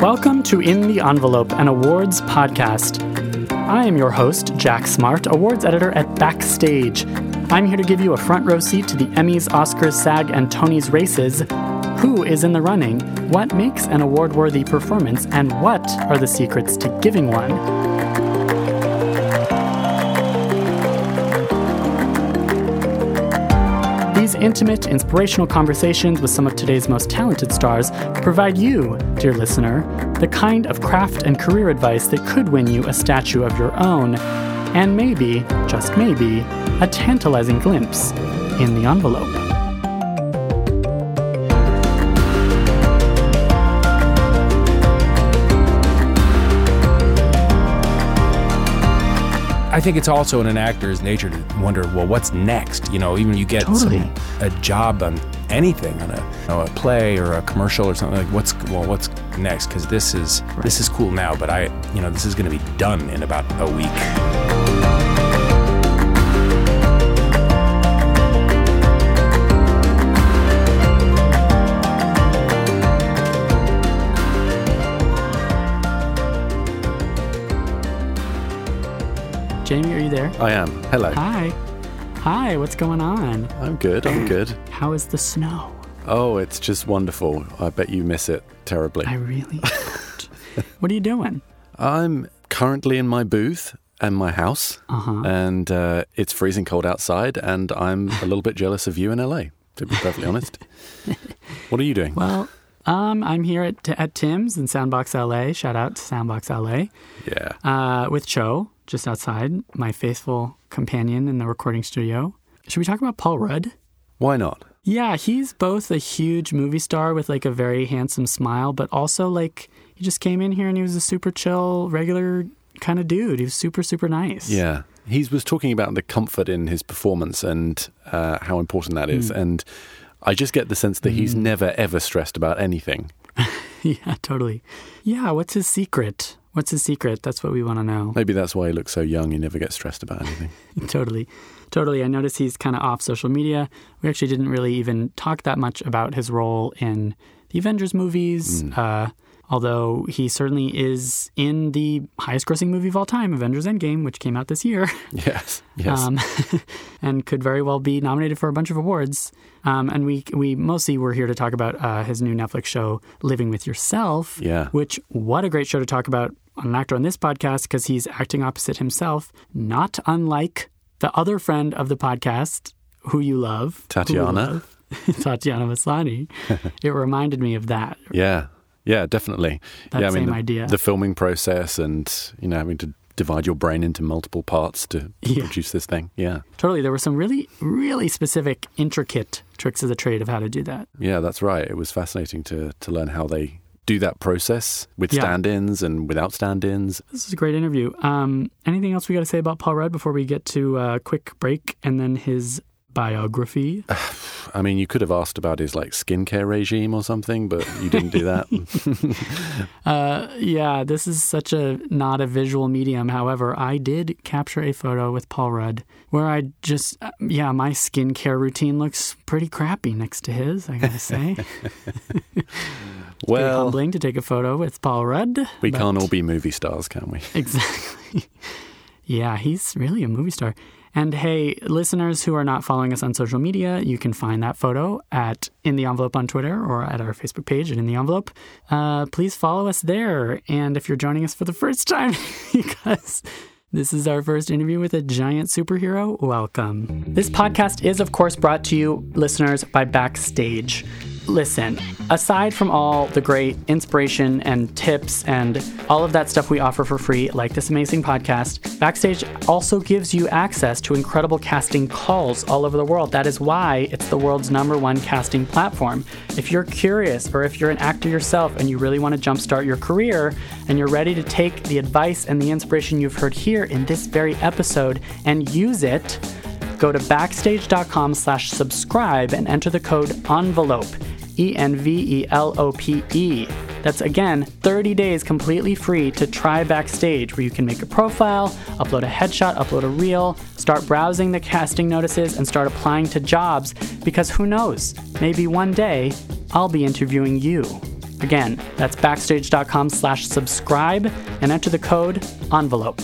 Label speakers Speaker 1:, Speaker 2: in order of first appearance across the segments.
Speaker 1: Welcome to In the Envelope, an awards podcast. I am your host, Jack Smart, awards editor at Backstage. I'm here to give you a front row seat to the Emmys, Oscars, SAG, and Tony's races. Who is in the running? What makes an award worthy performance? And what are the secrets to giving one? These intimate, inspirational conversations with some of today's most talented stars provide you, dear listener, the kind of craft and career advice that could win you a statue of your own, and maybe, just maybe, a tantalizing glimpse in the envelope.
Speaker 2: I think it's also in an actor's nature to wonder, well, what's next? You know, even you get
Speaker 1: Totally.
Speaker 2: some, a job on anything, on a, you know, a play or a commercial or something like, what's well, what's next? Because this is this is cool now, but I, you know, this is going to be done in about a week.
Speaker 1: Jamie, are you there?
Speaker 3: I am. Hello.
Speaker 1: Hi. Hi, what's going on?
Speaker 3: I'm good. I'm good.
Speaker 1: How is the snow?
Speaker 3: Oh, it's just wonderful. I bet you miss it terribly.
Speaker 1: I really don't. What are you doing?
Speaker 3: I'm currently in my booth and my house,
Speaker 1: Uh-huh.
Speaker 3: and uh, it's freezing cold outside, and I'm a little bit jealous of you in LA, to be perfectly honest. What are you doing?
Speaker 1: Well, um, I'm here at, at Tim's in Soundbox LA. Shout out to Soundbox LA.
Speaker 3: yeah.
Speaker 1: uh, with Cho just outside, my faithful companion in the recording studio. Should we talk about Paul Rudd?
Speaker 3: Why not?
Speaker 1: Yeah, he's both a huge movie star with like a very handsome smile, but also like he just came in here and he was a super chill, regular kind of dude. He was super, super nice.
Speaker 3: Yeah. He was talking about the comfort in his performance and uh, how important that is.
Speaker 1: Hmm.
Speaker 3: And I just get the sense that he's never, ever stressed about anything.
Speaker 1: yeah, totally. Yeah, what's his secret? What's his secret? That's what we want to know.
Speaker 3: Maybe that's why he looks so young. He never gets stressed about anything.
Speaker 1: totally. Totally. I noticed he's kind of off social media. We actually didn't really even talk that much about his role in the Avengers movies, uh, although he certainly is in the highest grossing movie of all time, Avengers Endgame, which came out this year.
Speaker 3: Yes. Yes.
Speaker 1: Um, and could very well be nominated for a bunch of awards. Um, and we we mostly were here to talk about uh, his new Netflix show, Living with Yourself.
Speaker 3: Yeah.
Speaker 1: Which what a great show to talk about on an actor on this podcast because he's acting opposite himself, not unlike the other friend of the podcast who you love, who we
Speaker 3: Tatiana.
Speaker 1: love, Tatiana Maslany. it reminded me of that.
Speaker 3: Yeah, yeah, definitely.
Speaker 1: That
Speaker 3: yeah,
Speaker 1: same
Speaker 3: the,
Speaker 1: idea.
Speaker 3: The filming process and you know having to divide your brain into multiple parts to
Speaker 1: Yeah.
Speaker 3: produce this thing. Yeah,
Speaker 1: Totally. There were some really, really specific, intricate tricks of the trade of how to do that.
Speaker 3: yeah, that's right. It was fascinating to to learn how they do that process with
Speaker 1: Yeah.
Speaker 3: stand-ins and without stand-ins.
Speaker 1: This is a great interview. Um, anything else we got to say about Paul Rudd before we get to a quick break and then his biography?
Speaker 3: I mean, you could have asked about his like skincare regime or something, but you didn't do that.
Speaker 1: Uh, yeah, this is such a not a visual medium. However, I did capture a photo with Paul Rudd where I just, uh, yeah, my skincare routine looks pretty crappy next to his, I gotta say. Pretty
Speaker 3: well,
Speaker 1: humbling to take a photo with Paul Rudd.
Speaker 3: we
Speaker 1: but-
Speaker 3: can't all be movie stars, can we?
Speaker 1: Exactly. yeah, he's really a movie star. And hey, listeners who are not following us on social media, you can find that photo at In the Envelope on Twitter or at our Facebook page at In the Envelope. Uh, please follow us there. And if you're joining us for the first time, because this is our first interview with a giant superhero, welcome. This podcast is, of course, brought to you, listeners, by Backstage. Listen, aside from all the great inspiration and tips and all of that stuff we offer for free, like this amazing podcast, Backstage also gives you access to incredible casting calls all over the world. That is why it's the world's number one casting platform. If you're curious or if you're an actor yourself and you really want to jumpstart your career and you're ready to take the advice and the inspiration you've heard here in this very episode and use it, Go to backstage.com slash subscribe and enter the code ENVELOPE, E N V E L O P E. That's again 30 days completely free to try Backstage, where you can make a profile, upload a headshot, upload a reel, start browsing the casting notices, and start applying to jobs because who knows, maybe one day I'll be interviewing you.
Speaker 4: Again, that's backstage.com slash subscribe and enter the code envelope.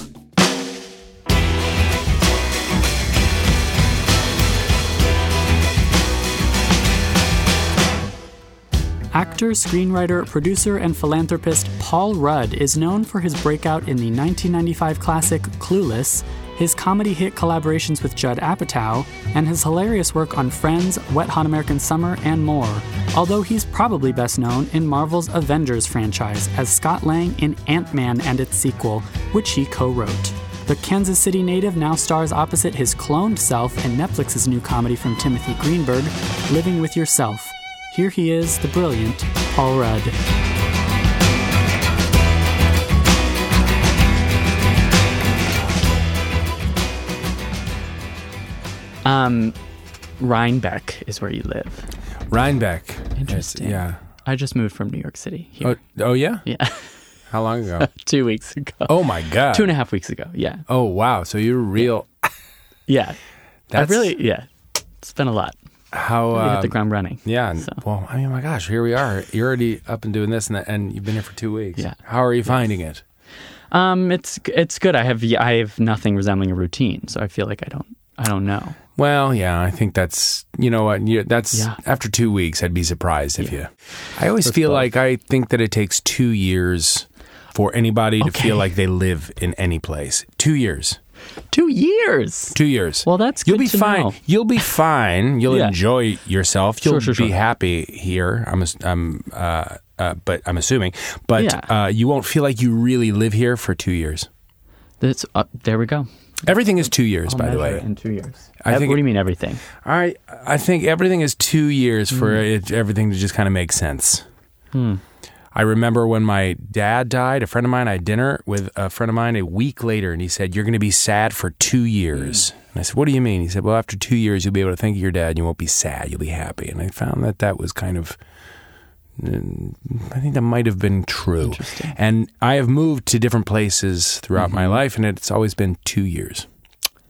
Speaker 4: Actor, screenwriter, producer, and philanthropist Paul Rudd is known for his breakout in the 1995 classic Clueless, his comedy hit collaborations with Judd Apatow, and his hilarious work on Friends, Wet Hot American Summer, and more. Although he's probably best known in Marvel's Avengers franchise as Scott Lang in Ant Man and its sequel, which he co wrote. The Kansas City native now stars opposite his cloned self in Netflix's new comedy from Timothy Greenberg, Living with Yourself. Here he is, the brilliant Paul Rudd.
Speaker 1: Um, Rhinebeck is where you live.
Speaker 2: Rhinebeck. It's-
Speaker 1: Interesting.
Speaker 2: yeah.
Speaker 1: I just moved from New York City here.
Speaker 2: Oh, oh yeah.
Speaker 1: Yeah,
Speaker 2: How long ago?
Speaker 1: two weeks ago.
Speaker 2: oh my god.
Speaker 1: Two and a half weeks ago. Yeah,
Speaker 2: Oh wow. So you're real.
Speaker 1: yeah.
Speaker 2: That's
Speaker 1: I really, yeah. It's been a lot.
Speaker 2: how.
Speaker 1: We hit the
Speaker 2: Um,
Speaker 1: ground running.
Speaker 2: yeah. and-
Speaker 1: So.
Speaker 2: Well, I mean, my gosh, here we are. You're already up and doing this, and that, and you've been here for two weeks.
Speaker 1: Yeah.
Speaker 2: How are you finding it?
Speaker 1: Um, it's it's good. I have I have nothing resembling a routine, so I feel like I don't I don't know.
Speaker 2: Well, yeah, I think that's you know what you, that's
Speaker 1: Yeah.
Speaker 2: after two weeks, I'd be surprised if you. I always feel
Speaker 1: both.
Speaker 2: like I think that it takes two years for anybody to
Speaker 1: Okay.
Speaker 2: feel like they live in any place. Two years,
Speaker 1: Two years.
Speaker 2: two years.
Speaker 1: Well, that's
Speaker 2: you'll
Speaker 1: good to
Speaker 2: be fine.
Speaker 1: know.
Speaker 2: You'll be fine. You'll
Speaker 1: Yeah.
Speaker 2: enjoy yourself. You'll
Speaker 1: Sure, sure,
Speaker 2: be
Speaker 1: sure.
Speaker 2: happy here. I'm. ass- I'm. Uh, uh, but I'm assuming, but
Speaker 1: Yeah.
Speaker 2: uh, you won't feel like you really live here for two years.
Speaker 1: That's uh, there we go.
Speaker 2: Everything is two years,
Speaker 1: I'll
Speaker 2: by the
Speaker 1: measure
Speaker 2: way.
Speaker 1: it in two years.
Speaker 2: I
Speaker 1: Uh,
Speaker 2: think-
Speaker 1: what do you mean everything?
Speaker 2: I I think everything is two years for it, everything to just kind of make sense. I remember when my dad died. A friend of mine, I had dinner with a friend of mine a week later, and he said, "You're going to be sad for two years." And I said, "What do you mean?" He said, "Well, after two years, you'll be able to think of your dad. And you won't be sad. You'll be happy." And I found that that was kind of. I think that might have been true.
Speaker 1: Interesting.
Speaker 2: And I have moved to different places throughout my life, and it's always been two years.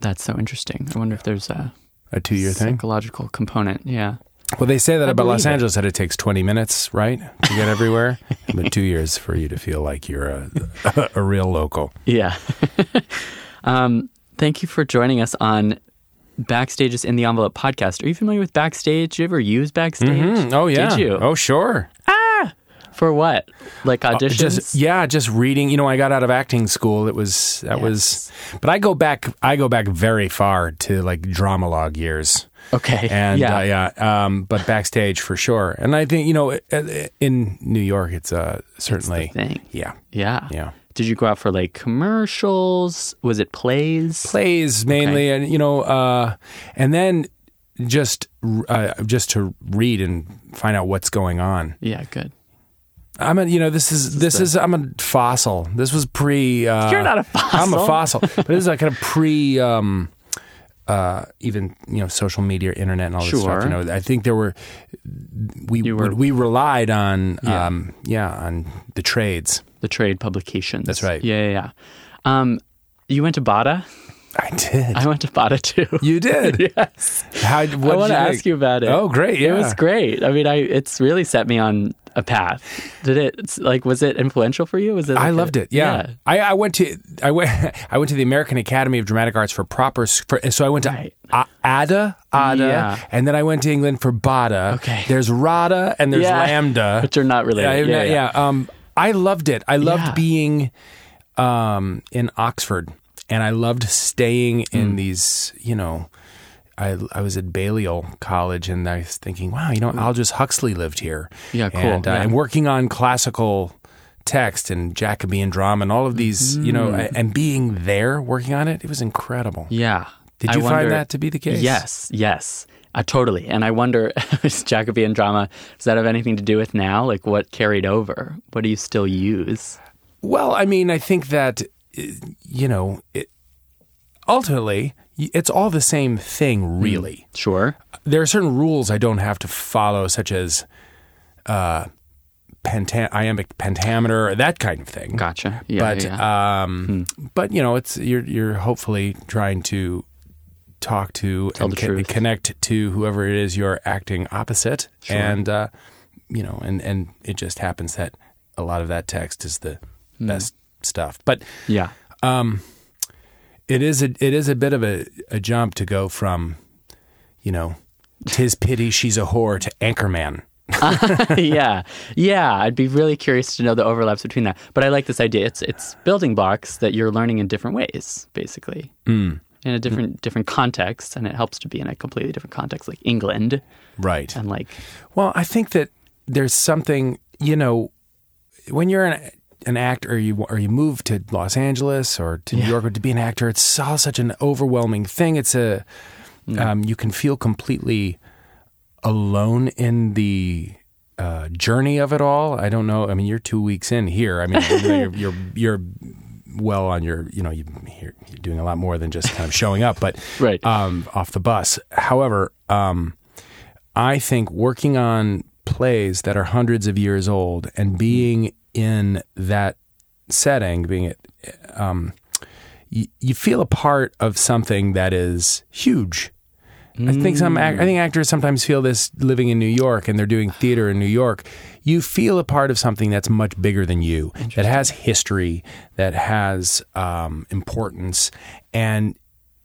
Speaker 1: That's so interesting. I wonder if there's a
Speaker 2: A two year thing.
Speaker 1: psychological component. Yeah.
Speaker 2: Well, they say that
Speaker 1: I
Speaker 2: about Los
Speaker 1: believe it.
Speaker 2: Angeles that it takes 20 minutes, right, to get everywhere, but two years for you to feel like you're a, a real local.
Speaker 1: Yeah. um, thank you for joining us on Backstage's In the Envelope podcast. Are you familiar with Backstage? You ever use Backstage?
Speaker 2: Mm, oh yeah.
Speaker 1: Did you?
Speaker 2: Oh sure.
Speaker 1: For what? Like auditions?
Speaker 2: Uh, Just yeah, just reading. You know, I got out of acting school. It was that was, but I go back. I go back very far to like drama log years.
Speaker 1: Okay.
Speaker 2: and
Speaker 1: yeah.
Speaker 2: yeah, uh, yeah um, but backstage for sure. And I think you know, i- i- in New York, it's uh, certainly
Speaker 1: thing.
Speaker 2: yeah,
Speaker 1: Yeah.
Speaker 2: yeah.
Speaker 1: Did you go out for like commercials? Was it plays?
Speaker 2: plays mainly, and you know, uh, and then just uh, just to read and find out what's going on.
Speaker 1: yeah, good.
Speaker 2: I'm a, you know, this is this is I'm a fossil. This was pre. Uh,
Speaker 1: You're not a
Speaker 2: I'm a
Speaker 1: fossil.
Speaker 2: fossil, but this is like kind of pre. Um, uh, even you know, social media, internet, and all this stuff. You
Speaker 1: Sure.
Speaker 2: know, I think there were we
Speaker 1: You were-
Speaker 2: we relied on
Speaker 1: Yeah.
Speaker 2: um, yeah on the trades.
Speaker 1: The trade publications.
Speaker 2: That's right.
Speaker 1: Yeah, yeah, yeah. Um, you went to Bada?
Speaker 2: I did.
Speaker 1: I went to Bada too.
Speaker 2: you did.
Speaker 1: yes. I
Speaker 2: How, what did
Speaker 1: want to ask
Speaker 2: think?
Speaker 1: you about it.
Speaker 2: Oh, great! Yeah,
Speaker 1: It was great. I mean, I it's really set me on a path. Did it it's like was it influential for you? Was it?
Speaker 2: I
Speaker 1: like a-
Speaker 2: loved it. Yeah, I, I went to I went I went to the American Academy of Dramatic Arts for proper. s- For, so I went to
Speaker 1: Right.
Speaker 2: A- Ada, Ada,
Speaker 1: Yeah.
Speaker 2: and then I went to England for Bada.
Speaker 1: Okay.
Speaker 2: there's Rada and there's
Speaker 1: Yeah.
Speaker 2: Lambda,
Speaker 1: But you're not
Speaker 2: yeah,
Speaker 1: related.
Speaker 2: yeah, yeah. Um, I loved it. I loved
Speaker 1: Yeah.
Speaker 2: being um, in Oxford, and I loved staying
Speaker 1: Mm.
Speaker 2: in these. You know, I I was at Balliol College, and I was thinking, wow, you know, Aldous Huxley lived here.
Speaker 1: Yeah, cool,
Speaker 2: And,
Speaker 1: yeah.
Speaker 2: and working on classical text and Jacobean drama and all of these, you
Speaker 1: Mm.
Speaker 2: know, a- and being there working on it, it was incredible.
Speaker 1: Yeah.
Speaker 2: Did
Speaker 1: I
Speaker 2: you find
Speaker 1: wonder-
Speaker 2: that to be the case?
Speaker 1: Yes, yes. Uh, totally. And I wonder, is Jacobean drama, does that have anything to do with now? Like what carried over? What do you still use?
Speaker 2: Well, I mean, I think that uh, you know, it, ultimately, y- it's all the same
Speaker 1: Hmm.
Speaker 2: thing, really.
Speaker 1: Sure.
Speaker 2: There are certain rules I don't have to follow, such as uh, penta- iambic pentameter, or that kind of thing.
Speaker 1: Gotcha. Yeah.
Speaker 2: but
Speaker 1: yeah, yeah.
Speaker 2: um,
Speaker 1: Hmm.
Speaker 2: but you know, it's you're you're hopefully trying to talk to
Speaker 1: Tell
Speaker 2: and
Speaker 1: the truth.
Speaker 2: connect to whoever it is you're acting opposite, and uh, you know, and and it just happens that a lot of that text is the
Speaker 1: Hmm.
Speaker 2: best stuff. But
Speaker 1: Yeah.
Speaker 2: it is a it is a bit of a, a jump to go from, you know, tis pity she's a whore to Anchorman.
Speaker 1: yeah, yeah. I'd be really curious to know the overlaps between that. But I like this idea. It's it's building blocks that you're learning in different ways, basically, in a different different context, and it helps to be in a completely different context, like England
Speaker 2: Right.
Speaker 1: and like
Speaker 2: Well, I think that there's something you know when you're an an actor, or you or you move to Los Angeles or to New York or to be an actor. It's all such an overwhelming thing. It's a um, you can feel completely alone in the uh, journey of it all. I don't know. I mean, you're two weeks in here. I mean, you know, you're, you're you're well on your you know you, you're you're doing a lot more than just kind of showing up, but
Speaker 1: Right.
Speaker 2: um, off the bus. However, um, I think working on plays that are hundreds of years old and being in that setting, being it, um, you, you feel a part of something that is huge. I think some ac- I think actors sometimes feel this living in New York and they're doing theater in New York. You feel a part of something that's much bigger than you, that has history, that has um, importance, and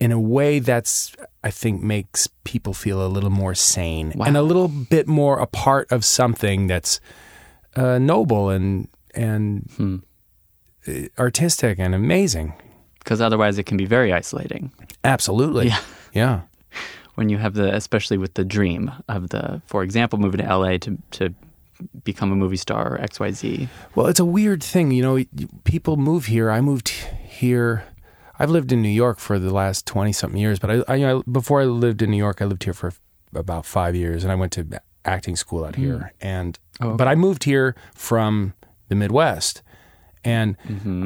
Speaker 2: in a way that's I think makes people feel a little more sane and a little bit more a part of something that's uh, noble and and uh, artistic and amazing.
Speaker 1: because otherwise it can be very isolating
Speaker 2: Absolutely.
Speaker 1: Yeah.
Speaker 2: Yeah.
Speaker 1: when you have the especially with the dream of the, for example, moving to LA to to become a movie star or X Y Z.
Speaker 2: Well, it's a weird thing, you know. People move here. I moved here. I've lived in New York for the last twenty something years, but I, I, you know, before I lived in New York, I lived here for about five years, and I went to acting school out here. And but I moved here from the Midwest, and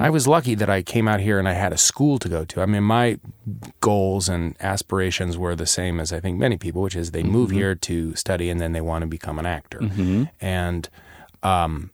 Speaker 2: I was lucky that I came out here and I had a school to go to. I mean, my goals and aspirations were the same as I think many people, which is they move here to study and then they want to become an actor. And um,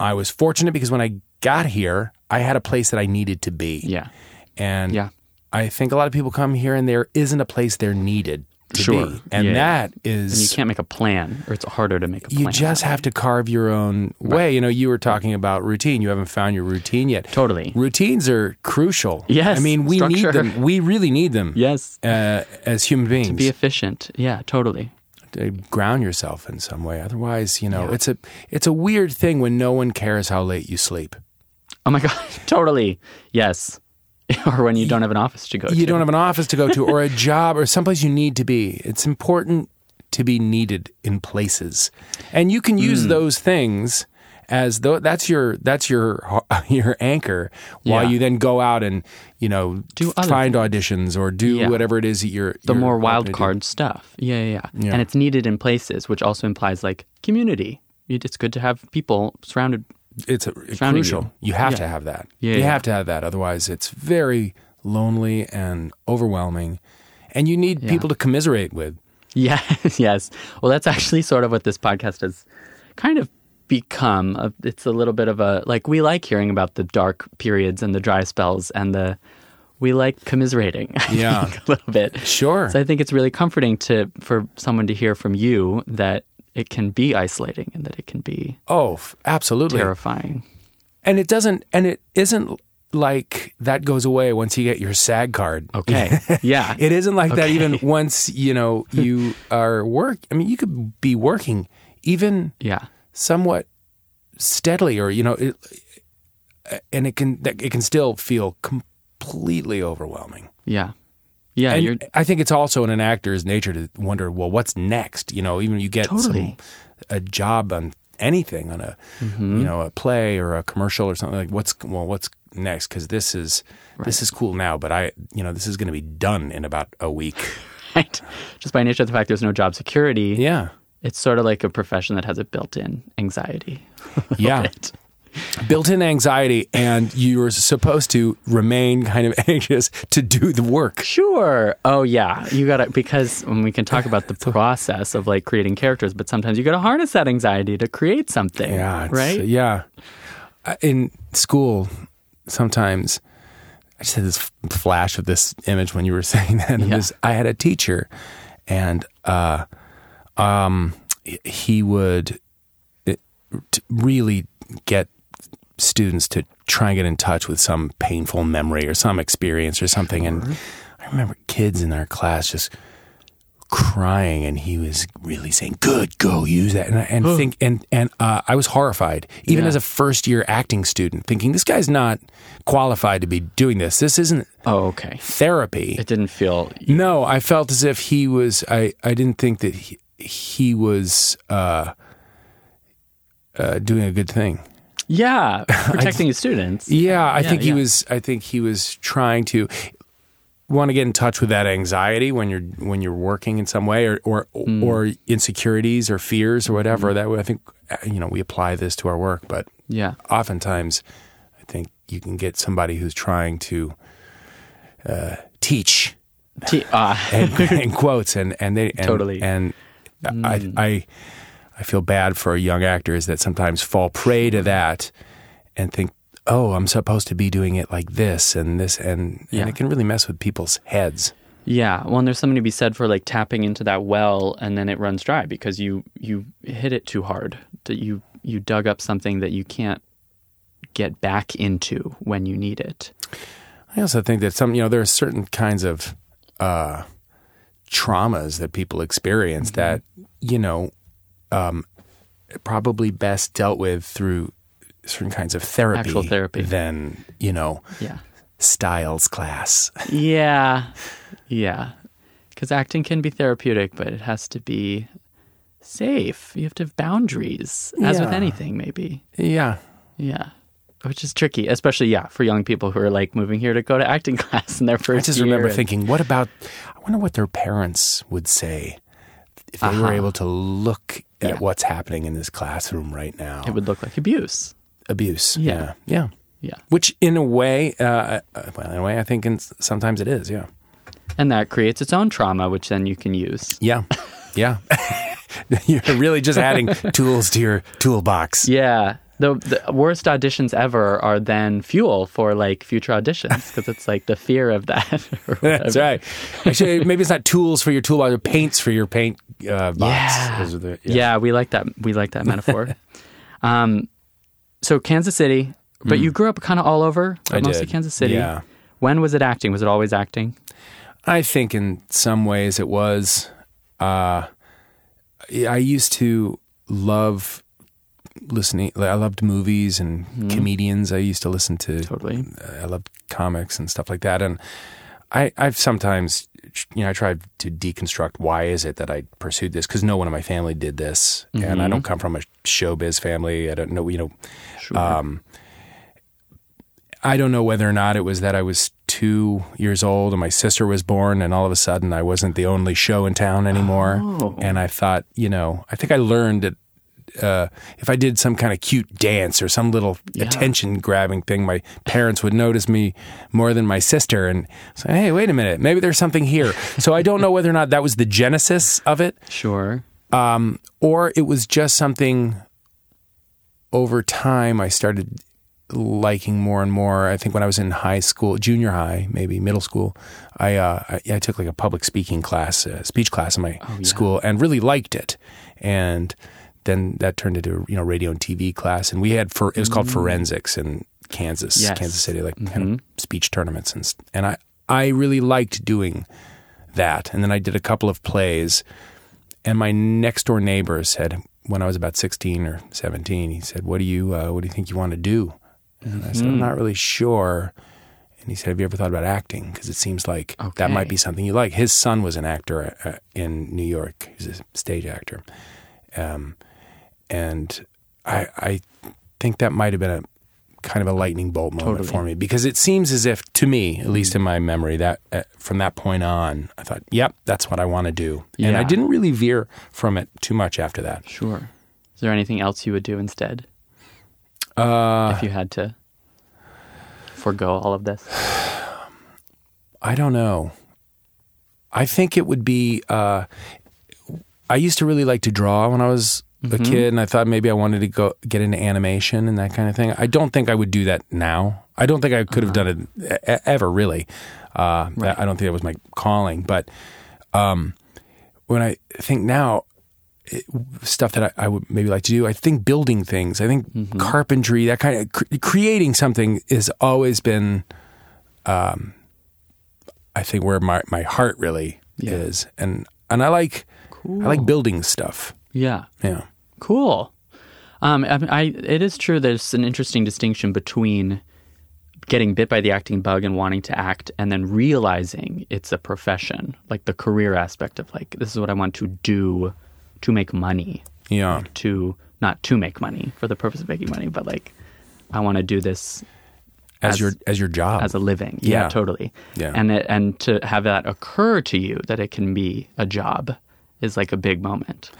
Speaker 2: I was fortunate because when I got here, I had a place that I needed to be.
Speaker 1: Yeah,
Speaker 2: And
Speaker 1: Yeah.
Speaker 2: I think a lot of people come here and there isn't a place they're needed to
Speaker 1: Sure.
Speaker 2: be. And
Speaker 1: Yeah.
Speaker 2: that
Speaker 1: and you
Speaker 2: is
Speaker 1: can't make a plan, or it's harder to make a plan.
Speaker 2: you just have to carve your own way. You know, you were talking about routine. You haven't found your routine yet.
Speaker 1: Totally.
Speaker 2: Routines are crucial.
Speaker 1: Yes,
Speaker 2: I mean, we
Speaker 1: structure.
Speaker 2: need them. We really need them.
Speaker 1: yes,
Speaker 2: Uh, as human beings,
Speaker 1: be efficient. Yeah, totally.
Speaker 2: to ground yourself in some way. Otherwise, you know, it's a it's a weird thing when no one cares how late you sleep.
Speaker 1: Oh my god, totally. Yes. or when you don't have an office to go to.
Speaker 2: You don't have an office to go to or a job or someplace you need to be. It's important to be needed in places. And you can
Speaker 1: Hmm.
Speaker 2: use those things as though that's your that's your your anchor while
Speaker 1: Yeah.
Speaker 2: you then go out and, you know,
Speaker 1: Do
Speaker 2: f-
Speaker 1: other
Speaker 2: find auditions or do
Speaker 1: Yeah.
Speaker 2: whatever it is that you're
Speaker 1: the
Speaker 2: you're
Speaker 1: more wild
Speaker 2: hoping to do.
Speaker 1: card stuff. Yeah, yeah, yeah, And it's needed in places, which also implies like community. It- It's good to have people surrounded.
Speaker 2: it's a,
Speaker 1: Surrounding
Speaker 2: crucial. You, have to have that.
Speaker 1: Yeah,
Speaker 2: you
Speaker 1: yeah.
Speaker 2: have to have that. Otherwise, it's very lonely and overwhelming, and you need people to commiserate with.
Speaker 1: Yeah, yes. Well, that's actually sort of what this podcast has kind of become. Uh, It's a little bit of a like we like hearing about the dark periods and the dry spells and the we like commiserating. I
Speaker 2: Yeah.
Speaker 1: think, a little bit.
Speaker 2: Sure.
Speaker 1: So I think it's really comforting to for someone to hear from you that it can be isolating and that it can be
Speaker 2: Oh, f- absolutely.
Speaker 1: terrifying.
Speaker 2: And it doesn't. And it isn't like that goes away once you get your SAG card.
Speaker 1: Okay. yeah.
Speaker 2: It isn't like that even once you know you are work. I mean, you could be working even
Speaker 1: yeah.
Speaker 2: somewhat steadily or you know it, uh, and it can that- it can still feel completely overwhelming
Speaker 1: Yeah. Yeah.
Speaker 2: and
Speaker 1: you're
Speaker 2: i think it's also in an actor's nature to wonder well what's next you know even you get
Speaker 1: Totally.
Speaker 2: some, a job on anything on a you know a play or a commercial or something like what's well what's next cuz this is this is cool now but i you know this is going to be done in about a week
Speaker 1: right. Just by nature of the fact there's no job security.
Speaker 2: yeah
Speaker 1: It's sort of like a profession that has a built in anxiety.
Speaker 2: yeah built-in anxiety and you're supposed to remain kind of anxious to do the work.
Speaker 1: Sure. Oh, yeah. You got to, because when we can talk about the process of like creating characters, but sometimes you got to harness that anxiety to create something.
Speaker 2: Yeah, uh,
Speaker 1: Right?
Speaker 2: Yeah. I- In school, sometimes I just had this f- flash of this image when you were saying that. And
Speaker 1: Yeah.
Speaker 2: this, I had a teacher, and uh, um, he would t- really get students to try and get in touch with some painful memory or some experience or something. And I remember kids in our class just crying, and he was really saying, "Good, go use that." And, I- and think and and uh, I was horrified, even as a first year acting student, thinking this guy's not qualified to be doing this. This isn't
Speaker 1: Oh, okay.
Speaker 2: therapy.
Speaker 1: It didn't feel.
Speaker 2: No, I felt as if he was. I, I didn't think that he, he was uh, uh, doing a good thing.
Speaker 1: Yeah, protecting his students.
Speaker 2: Yeah, I think he
Speaker 1: yeah.
Speaker 2: was. I think he was trying to want to get in touch with that anxiety when you're when you're working in some way, or or, or insecurities or fears or whatever. That way, I think uh, you know we apply this to our work, but
Speaker 1: Yeah.
Speaker 2: oftentimes, I think you can get somebody who's trying to uh, teach.
Speaker 1: T- uh,
Speaker 2: and, and quotes and and they and,
Speaker 1: Totally. Mm.
Speaker 2: and I I I feel bad for young actors that sometimes fall prey to that and think oh I'm supposed to be doing it like this and this and
Speaker 1: Yeah.
Speaker 2: and it can really mess with people's heads.
Speaker 1: yeah. Well, and there's something to be said for like tapping into that well, and then it runs dry because you you hit it too hard. That you you dug up something that you can't get back into when you need it.
Speaker 2: I also think that some you know there are certain kinds of uh, traumas that people experience
Speaker 1: Mm-hmm.
Speaker 2: that you know um, probably best dealt with through certain kinds of therapy
Speaker 1: Actual therapy.
Speaker 2: than you know
Speaker 1: Yeah.
Speaker 2: styles class
Speaker 1: Yeah. Yeah. Because acting can be therapeutic, but it has to be safe. You have to have boundaries, as with
Speaker 2: Yeah.
Speaker 1: anything, maybe.
Speaker 2: Yeah.
Speaker 1: Yeah. Which is tricky, especially, yeah, for young people who are like moving here to go to acting class in their
Speaker 2: I
Speaker 1: first
Speaker 2: just remember
Speaker 1: year.
Speaker 2: thinking, what about, I wonder what their parents would say if they
Speaker 1: Uh-huh.
Speaker 2: were able to look at what's happening in this classroom right now.
Speaker 1: it would look like abuse.
Speaker 2: Abuse.
Speaker 1: Yeah.
Speaker 2: Yeah. Yeah.
Speaker 1: Yeah.
Speaker 2: Which, in a way, uh, uh, well, in a way, I think in, s- sometimes it is. Yeah.
Speaker 1: And that creates its own trauma, which then you can use.
Speaker 2: Yeah. Yeah. You're really just adding tools to your toolbox.
Speaker 1: Yeah. The, the worst auditions ever are then fuel for like future auditions because it's like the fear of that. or
Speaker 2: That's
Speaker 1: whatever.
Speaker 2: right. Actually, maybe it's not tools for your toolbox, or paints for your paint uh, box.
Speaker 1: Yeah.
Speaker 2: Those are the-
Speaker 1: Yeah. we like that. We like that metaphor. um, so Kansas City, but you grew up kind of all over, but
Speaker 2: Mm. I
Speaker 1: mostly
Speaker 2: did.
Speaker 1: Kansas City.
Speaker 2: Yeah.
Speaker 1: When was it acting? Was it always acting?
Speaker 2: I think in some ways it was. Uh, I used to love listening. like, I loved movies and comedians. I used to listen to.
Speaker 1: Totally.
Speaker 2: I loved comics and stuff like that. And I, I've sometimes, you know, I tried to deconstruct why is it that I pursued this because no one in my family did this, and I don't come from a showbiz family. I don't know, you know.
Speaker 1: Sure.
Speaker 2: um, I don't know whether or not it was that I was two years old and my sister was born, and all of a sudden I wasn't the only show in town anymore. And I thought, you know, I think I learned that uh, if I did some kind of cute dance or some little attention grabbing thing, my parents would notice me more than my sister and say, hey, wait a minute, maybe there's something here. So I don't know whether or not that was the genesis of it
Speaker 1: sure.
Speaker 2: um, or it was just something over time I started liking more and more. I think when I was in high school, junior high, maybe middle school, I uh, I, I took like a public speaking class, uh, speech class in my school, and really liked it. And then that turned into you know radio and TV class, and we had for it was called forensics in Kansas,
Speaker 1: Yes.
Speaker 2: Kansas City, like kind of speech tournaments, and st- and I I really liked doing that. And then I did a couple of plays. And my next door neighbor said, when I was about 16 or 17, he said, What do you, uh, what do you think you want to do? And I said, I'm not really sure. And he said, Have you ever thought about acting? Because it seems like that might
Speaker 1: Okay.
Speaker 2: be something you like. His son was an actor uh, in New York, he's a stage actor. Um, and I, I think that might have been a kind of a lightning bolt moment for me because it seems as if, to me, at least in my memory, that uh, from that point on, I thought, yep, that's what I want to do. And I
Speaker 1: Yeah.
Speaker 2: didn't really veer from it too much after that.
Speaker 1: Sure. Is there anything else you would do instead
Speaker 2: Uh,
Speaker 1: if you had to forego all of this?
Speaker 2: I don't know. I think it would be. Uh, I used to really like to draw when I was a kid, and I thought maybe I wanted to go get into animation and that kind of thing. I don't think I would do that now. I don't think I could have done it e- e- ever really. Uh, I don't think that was my calling. But um, when I think now, stuff that I, I would maybe like to do. I think building things, I think carpentry, that kind of cre- creating something has always been, um, I think where my, my heart really is. And, and I like, I like building stuff.
Speaker 1: Yeah.
Speaker 2: Yeah.
Speaker 1: Cool. Um, I, I, it is true there's an interesting distinction between getting bit by the acting bug and wanting to act and then realizing it's a profession, like the career aspect of like, this is what I want to do to make money,
Speaker 2: Yeah.
Speaker 1: to not to make money for the purpose of making money, but like, I want to do this
Speaker 2: As,
Speaker 1: As-
Speaker 2: your, as your job.
Speaker 1: as a living. Yeah,
Speaker 2: Yeah.
Speaker 1: totally.
Speaker 2: Yeah.
Speaker 1: And it, and to have that occur to you that it can be a job is like a big moment.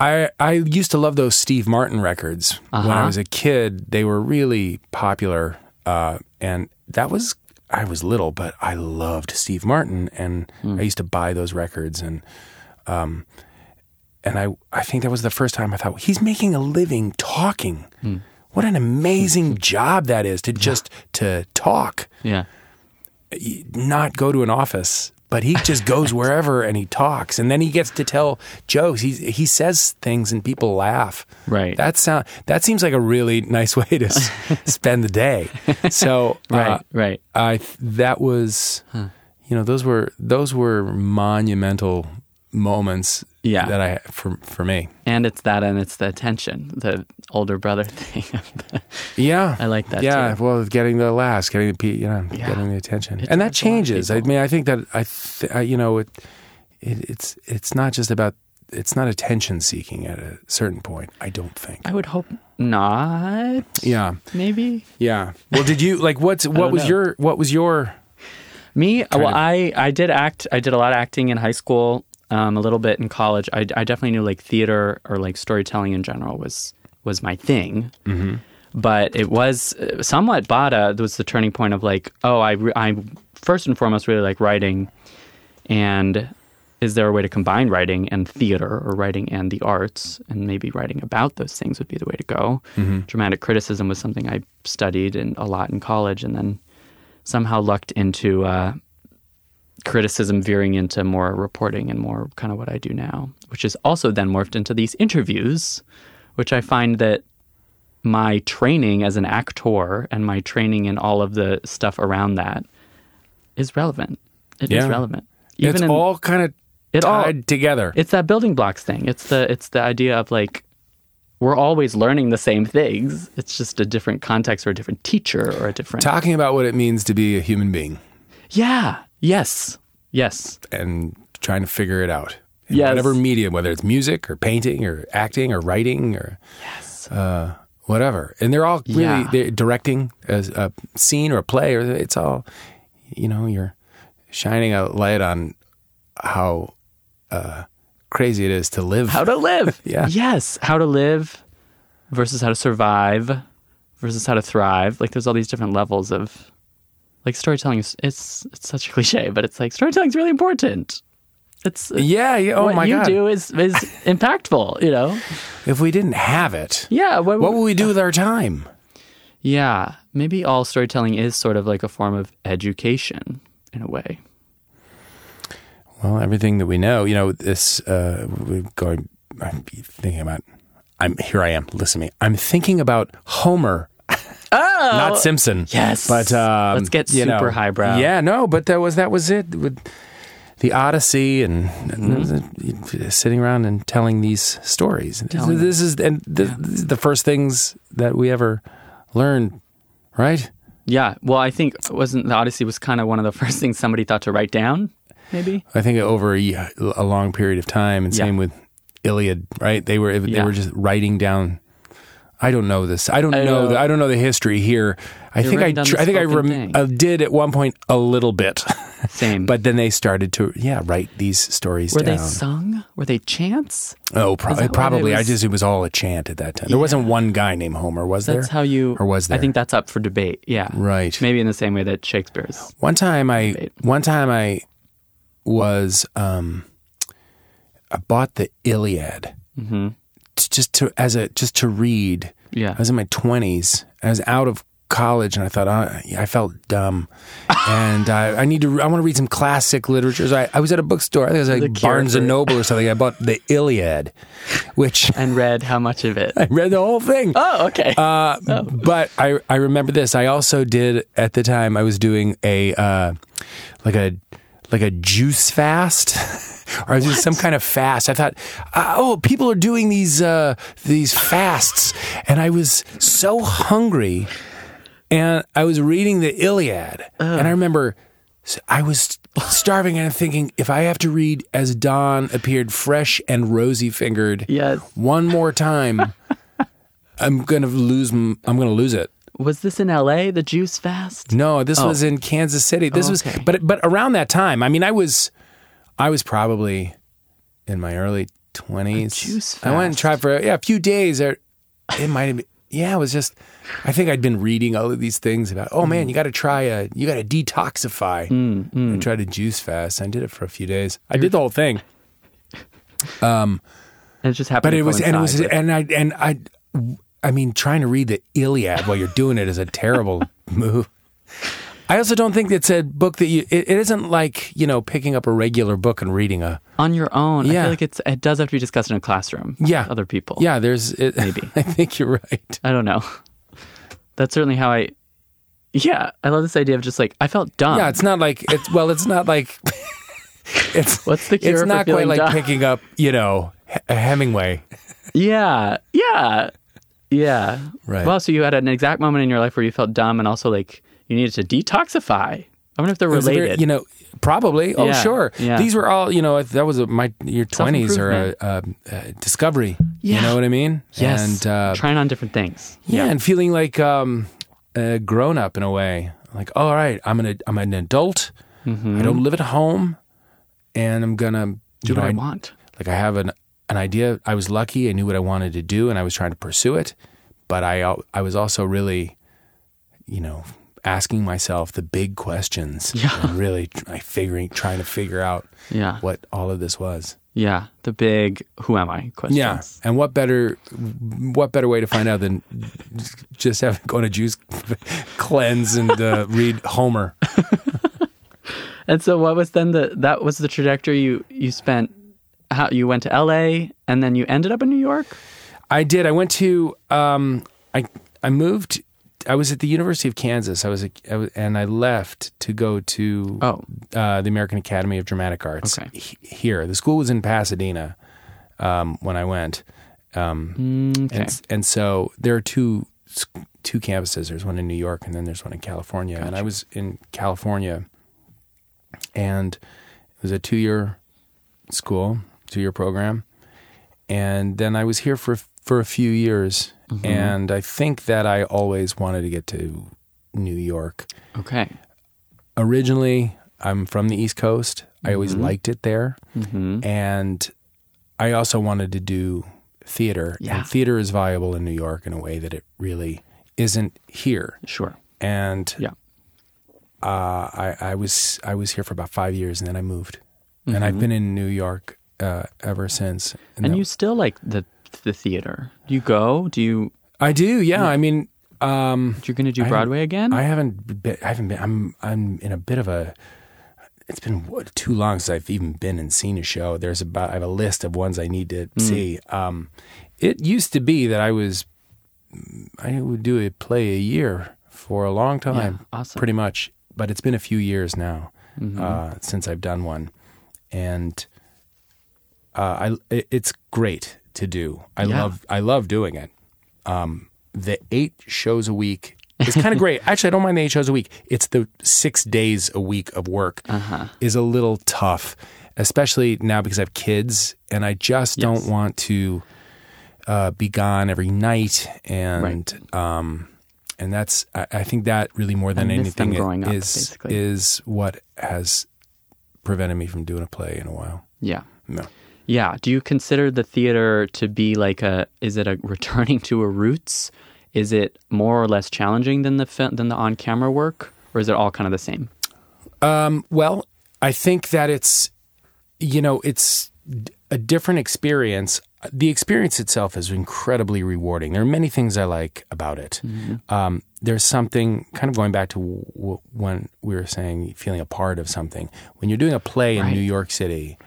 Speaker 2: I I used to love those Steve Martin records when I
Speaker 1: Uh-huh.
Speaker 2: was a kid. They were really popular, uh, and that was I was little, but I loved Steve Martin, and
Speaker 1: Hmm.
Speaker 2: I used to buy those records, and um, and I I think that was the first time I thought he's making a living talking.
Speaker 1: Hmm.
Speaker 2: What an amazing job that is to just to talk,
Speaker 1: Yeah.
Speaker 2: not go to an office. But he just goes wherever and he talks, and then he gets to tell jokes. He he says things and people laugh.
Speaker 1: Right.
Speaker 2: That sound that seems like a really nice way to s- spend the day. So uh,
Speaker 1: right. right.
Speaker 2: I th- that was you know those were those were monumental moments
Speaker 1: Yeah.
Speaker 2: that I for for me.
Speaker 1: And it's that, and it's the attention, the older brother thing.
Speaker 2: Yeah,
Speaker 1: I like that,
Speaker 2: Yeah,
Speaker 1: too.
Speaker 2: well, getting the laughs, getting the pe- you know, getting the attention, and that
Speaker 1: drives a lot of
Speaker 2: changes. I
Speaker 1: people.
Speaker 2: mean, I think that I, th- I you know, it, it it's it's not just about it's not attention seeking at a certain point. I don't think.
Speaker 1: I would hope not.
Speaker 2: Yeah,
Speaker 1: Maybe
Speaker 2: yeah. Well, did you like what's what
Speaker 1: don't
Speaker 2: was
Speaker 1: know.
Speaker 2: your what was your
Speaker 1: me. well,
Speaker 2: of-
Speaker 1: I I did act. I did a lot of acting in high school. Um, a little bit in college. I, I definitely knew like theater or like storytelling in general was was my thing. Mm-hmm. But it was uh, somewhat Bada was the turning point of like, oh, I re- I first and foremost really like writing, and is there a way to combine writing and theater or writing and the arts and maybe writing about those things would be the way to go dramatic criticism was something i studied in, a lot in college and then somehow lucked into uh, criticism veering into more reporting and more kind of what i do now which is also then morphed into these interviews which i find that my training as an actor and my training in all of the stuff around that is relevant It is
Speaker 2: Yeah.
Speaker 1: relevant
Speaker 2: it's
Speaker 1: in-
Speaker 2: all kind of
Speaker 1: It all-
Speaker 2: tied together.
Speaker 1: it's that building blocks thing. It's the it's the idea of like we're always learning the same things. It's just a different context or a different teacher or a different
Speaker 2: Talking about what it means to be a human being
Speaker 1: Yeah. Yes. Yes.
Speaker 2: and trying to figure it out. In
Speaker 1: Yes.
Speaker 2: Whatever medium, whether it's music or painting or acting or writing or uh, whatever, and they're all really
Speaker 1: Yeah.
Speaker 2: they're directing as a scene or a play, or it's all you know. You're shining a light on how uh, crazy it is to live.
Speaker 1: How to live.
Speaker 2: Yeah.
Speaker 1: Yes. How to live versus how to survive versus how to thrive. Like there's all these different levels of like storytelling is it's it's such a cliche, but it's like storytelling's really important. It's
Speaker 2: yeah, yeah. Oh
Speaker 1: what
Speaker 2: my
Speaker 1: you
Speaker 2: god!
Speaker 1: do is is impactful, you know?
Speaker 2: If we didn't have it,
Speaker 1: Yeah.
Speaker 2: what would we do with our time?
Speaker 1: Yeah, maybe all storytelling is sort of like a form of education in a way.
Speaker 2: Well, everything that we know, you know, this uh, we're going. I'm thinking about. I'm here. I am. Listen to me. I'm thinking about Homer. not Simpson.
Speaker 1: Oh, Yes.
Speaker 2: but um,
Speaker 1: Let's get
Speaker 2: you know,
Speaker 1: super highbrow.
Speaker 2: Yeah, no, but that was that was it with the Odyssey and, and sitting around and telling these stories.
Speaker 1: Mm-hmm. Telling
Speaker 2: this, is and th- this is the first things that we ever learned, right?
Speaker 1: Yeah. Well, I think wasn't the Odyssey was kind of one of the first things somebody thought to write down, maybe.
Speaker 2: I think over a, y- a long period of time, and
Speaker 1: Yeah.
Speaker 2: same with Iliad, right? They were they
Speaker 1: Yeah.
Speaker 2: were just writing down. I don't know this. I don't
Speaker 1: I
Speaker 2: know.
Speaker 1: know.
Speaker 2: The, I don't know the history here. I
Speaker 1: They're
Speaker 2: think I
Speaker 1: writing down
Speaker 2: tr-
Speaker 1: the
Speaker 2: I think I
Speaker 1: spoken
Speaker 2: rem-
Speaker 1: thing.
Speaker 2: uh, did at one point a little bit,
Speaker 1: Same.
Speaker 2: but then they started to yeah write these stories
Speaker 1: were
Speaker 2: down.
Speaker 1: they sung? Were they chants?
Speaker 2: oh, pro-
Speaker 1: that what it
Speaker 2: probably. I
Speaker 1: was?
Speaker 2: just it was all a chant at that time. There wasn't one guy named Homer, was there?
Speaker 1: That's how you.
Speaker 2: or was there?
Speaker 1: I think that's up for debate. Yeah.
Speaker 2: Right.
Speaker 1: Maybe in the same way that Shakespeare's.
Speaker 2: One time I one time I was um I bought the Iliad t- just to as a just to read.
Speaker 1: Mm-hmm. Yeah.
Speaker 2: I was in my twenties. I was out of college and I thought uh, I felt dumb, and I, I need to. I want to read some classic literature. So I, I was at a bookstore. I think it was like
Speaker 1: The
Speaker 2: Barnes and
Speaker 1: character.
Speaker 2: Noble or something. I bought the Iliad, which
Speaker 1: and read how much of it.
Speaker 2: I read the whole thing.
Speaker 1: Oh, okay.
Speaker 2: Uh, But I I remember this. I also did at the time. I was doing a uh, like a like a juice fast. Or I was doing some kind of fast. I thought, uh, oh, people are doing these uh, these fasts, and I was so hungry, and I was reading the Iliad, and
Speaker 1: Oh.
Speaker 2: I remember s- I was starving, and thinking, if I have to read as Dawn appeared fresh and rosy fingered,
Speaker 1: Yes.
Speaker 2: one more time, I'm gonna lose. m- I'm gonna lose it.
Speaker 1: was this in L.A. The Juice Fast?
Speaker 2: No, this was in Kansas City. This
Speaker 1: Oh. Okay.
Speaker 2: was, but but around that time, I mean, I was, I was probably in my early twenties.
Speaker 1: juice
Speaker 2: I went and
Speaker 1: fast.
Speaker 2: tried for yeah a few days. Or it might have been. Yeah, it was just. I think I'd been reading all of these things about. Oh
Speaker 1: Mm.
Speaker 2: man, you got to try a. You got to detoxify. I tried to juice fast. I did it for a few days. I did the whole thing.
Speaker 1: And it just happened.
Speaker 2: But
Speaker 1: to
Speaker 2: it was, and it
Speaker 1: coincide
Speaker 2: was,
Speaker 1: with-
Speaker 2: and I, and I, I mean, trying to read the Iliad while you're doing it is a terrible move. I also don't think it's a book that you. It, it isn't like you know picking up a regular book and reading a.
Speaker 1: on your own. I
Speaker 2: Yeah.
Speaker 1: feel like it's it does have to be discussed in a classroom. with
Speaker 2: Yeah.
Speaker 1: other people.
Speaker 2: Yeah, there's. It,
Speaker 1: Maybe.
Speaker 2: I think you're right.
Speaker 1: I don't know. That's certainly how I. Yeah, I love this idea of just like I felt dumb.
Speaker 2: Yeah, it's not like it's. Well, it's not like. It's
Speaker 1: What's the cure
Speaker 2: It's
Speaker 1: for
Speaker 2: not quite
Speaker 1: feeling
Speaker 2: like
Speaker 1: dumb?
Speaker 2: picking up you know H- Hemingway.
Speaker 1: yeah, yeah, yeah.
Speaker 2: Right.
Speaker 1: Well, so you had an exact moment in your life where you felt dumb and also like you needed to detoxify. I wonder if they're
Speaker 2: It was a very-
Speaker 1: related.
Speaker 2: you know, probably. Oh,
Speaker 1: Yeah,
Speaker 2: sure.
Speaker 1: yeah.
Speaker 2: These were all, you know, that was a, my your twenties or a, a, a discovery. You
Speaker 1: Yeah.
Speaker 2: know what I mean?
Speaker 1: yes,
Speaker 2: And uh,
Speaker 1: trying on different things.
Speaker 2: yeah, and feeling like um, a grown up in a way. Like, all right, I'm an I'm an adult. I don't live at home, and I'm gonna
Speaker 1: Mm-hmm. Do
Speaker 2: you know,
Speaker 1: what I want.
Speaker 2: Like, I have an an idea. I was lucky. I knew what I wanted to do, and I was trying to pursue it. But I al- I was also really, you know, asking myself the big questions. Yeah. And really, tr- like figuring, trying to figure out
Speaker 1: Yeah,
Speaker 2: what all of this was.
Speaker 1: yeah. The big "Who am I?" questions.
Speaker 2: Yeah, and what better, what better way to find out than just have go on a juice cleanse and uh, read Homer?
Speaker 1: And so, what was then the that was the trajectory you you spent? How you went to L.A. and then you ended up in New York?
Speaker 2: I did. I went to. Um, I I moved. I was at the University of Kansas. I was, a, I was and I left to go to
Speaker 1: Oh.
Speaker 2: uh, the American Academy of Dramatic Arts
Speaker 1: Okay.
Speaker 2: he- here. The school was in Pasadena um, when I went.
Speaker 1: Okay.
Speaker 2: And, and so there are two s- two campuses. There's one in New York, and then there's one in California. And I was in California, and it was a two year school, two year program, and then I was here for for a few years. And I think that I always wanted to get to New York.
Speaker 1: Okay.
Speaker 2: Originally, I'm from the East Coast. I always liked it there,
Speaker 1: Mm-hmm.
Speaker 2: and I also wanted to do theater.
Speaker 1: Yeah.
Speaker 2: And theater is viable in New York in a way that it really isn't here.
Speaker 1: Sure.
Speaker 2: And
Speaker 1: Yeah.
Speaker 2: uh, I, I was I was here for about five years, and then I moved, and I've been in New York uh, ever since.
Speaker 1: Mm-hmm. And
Speaker 2: that-
Speaker 1: you still like the the theater? Do you go? Do you?
Speaker 2: I do, yeah. I mean, um,
Speaker 1: You're going to do
Speaker 2: I-
Speaker 1: Broadway again?
Speaker 2: I haven't. Been, I haven't been. I'm. I'm in a bit of a. It's been what, too long since I've even been and seen a show. There's about. I have a list of ones I need to
Speaker 1: Mm.
Speaker 2: see. Um, it used to be that I was. I would do a play a year for a long time,
Speaker 1: awesome. Mm-hmm.
Speaker 2: pretty much. But it's been a few years now uh, since I've done one, and uh, I it- it's great to do. I
Speaker 1: Yeah.
Speaker 2: love I love doing it. Um, the eight shows a week is kind of great. Actually, I don't mind the eight shows a week. It's the six days a week of work
Speaker 1: Uh-huh.
Speaker 2: is a little tough, especially now because I have kids and I just don't want to uh, be gone every night and um, and that's I, I think that really more than
Speaker 1: I miss them
Speaker 2: anything it
Speaker 1: growing up,
Speaker 2: is-
Speaker 1: basically.
Speaker 2: is what has prevented me from doing a play in a while.
Speaker 1: yeah.
Speaker 2: No.
Speaker 1: Yeah. Do you consider the theater to be like a? Is it a returning to a roots? Is it more or less challenging than the fil- than the on camera work, or is it all kind of the same?
Speaker 2: Um, well, I think that it's, you know, it's d- a different experience. the experience itself is incredibly rewarding. There are many things I like about it. Um, there's something kind of going back to w- w- when we were saying feeling a part of something. When you're doing a play in New York City,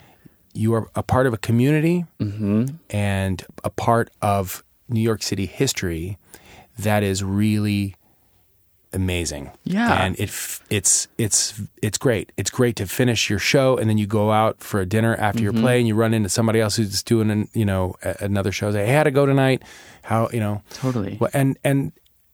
Speaker 2: you are a part of a community and a part of New York City history that is really amazing.
Speaker 1: Yeah.
Speaker 2: and it f- it's it's it's great. It's great to finish your show and then you go out for a dinner after your play and you run into somebody else who's doing an, you know a- another show. Say, hey, how to go tonight? How you know?
Speaker 1: Totally.
Speaker 2: Well, And and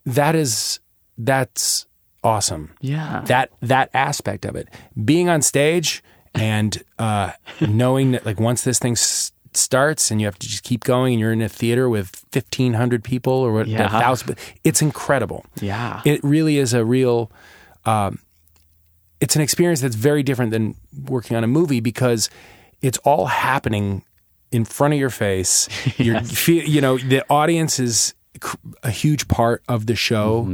Speaker 2: that is that's awesome.
Speaker 1: Yeah.
Speaker 2: That that aspect of it, being on stage and uh, knowing that like once this thing s- starts and you have to just keep going and you're in a theater with 1500 people or what
Speaker 1: Yeah.
Speaker 2: 1000 it's incredible
Speaker 1: yeah.
Speaker 2: it really is a real um, it's an experience that's very different than working on a movie because it's all happening in front of your face You're, you feel, you know the audience is cr- a huge part of the show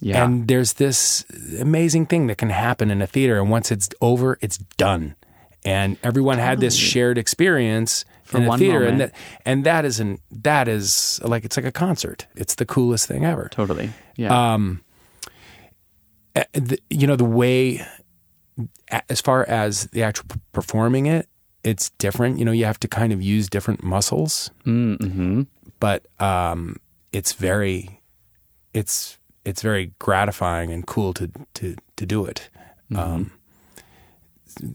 Speaker 1: yeah.
Speaker 2: and there's this amazing thing that can happen in a theater and once it's over it's done and everyone had this shared experience
Speaker 1: For
Speaker 2: in a
Speaker 1: one
Speaker 2: theater and
Speaker 1: moment.
Speaker 2: that and that is an that is like it's like a concert it's the coolest thing ever
Speaker 1: totally. Yeah.
Speaker 2: uh, the, you know the way a- as far as the actual p- performing it it's different you know you have to kind of use different muscles
Speaker 1: mm-hmm.
Speaker 2: but um it's very it's it's very gratifying and cool to to to do it um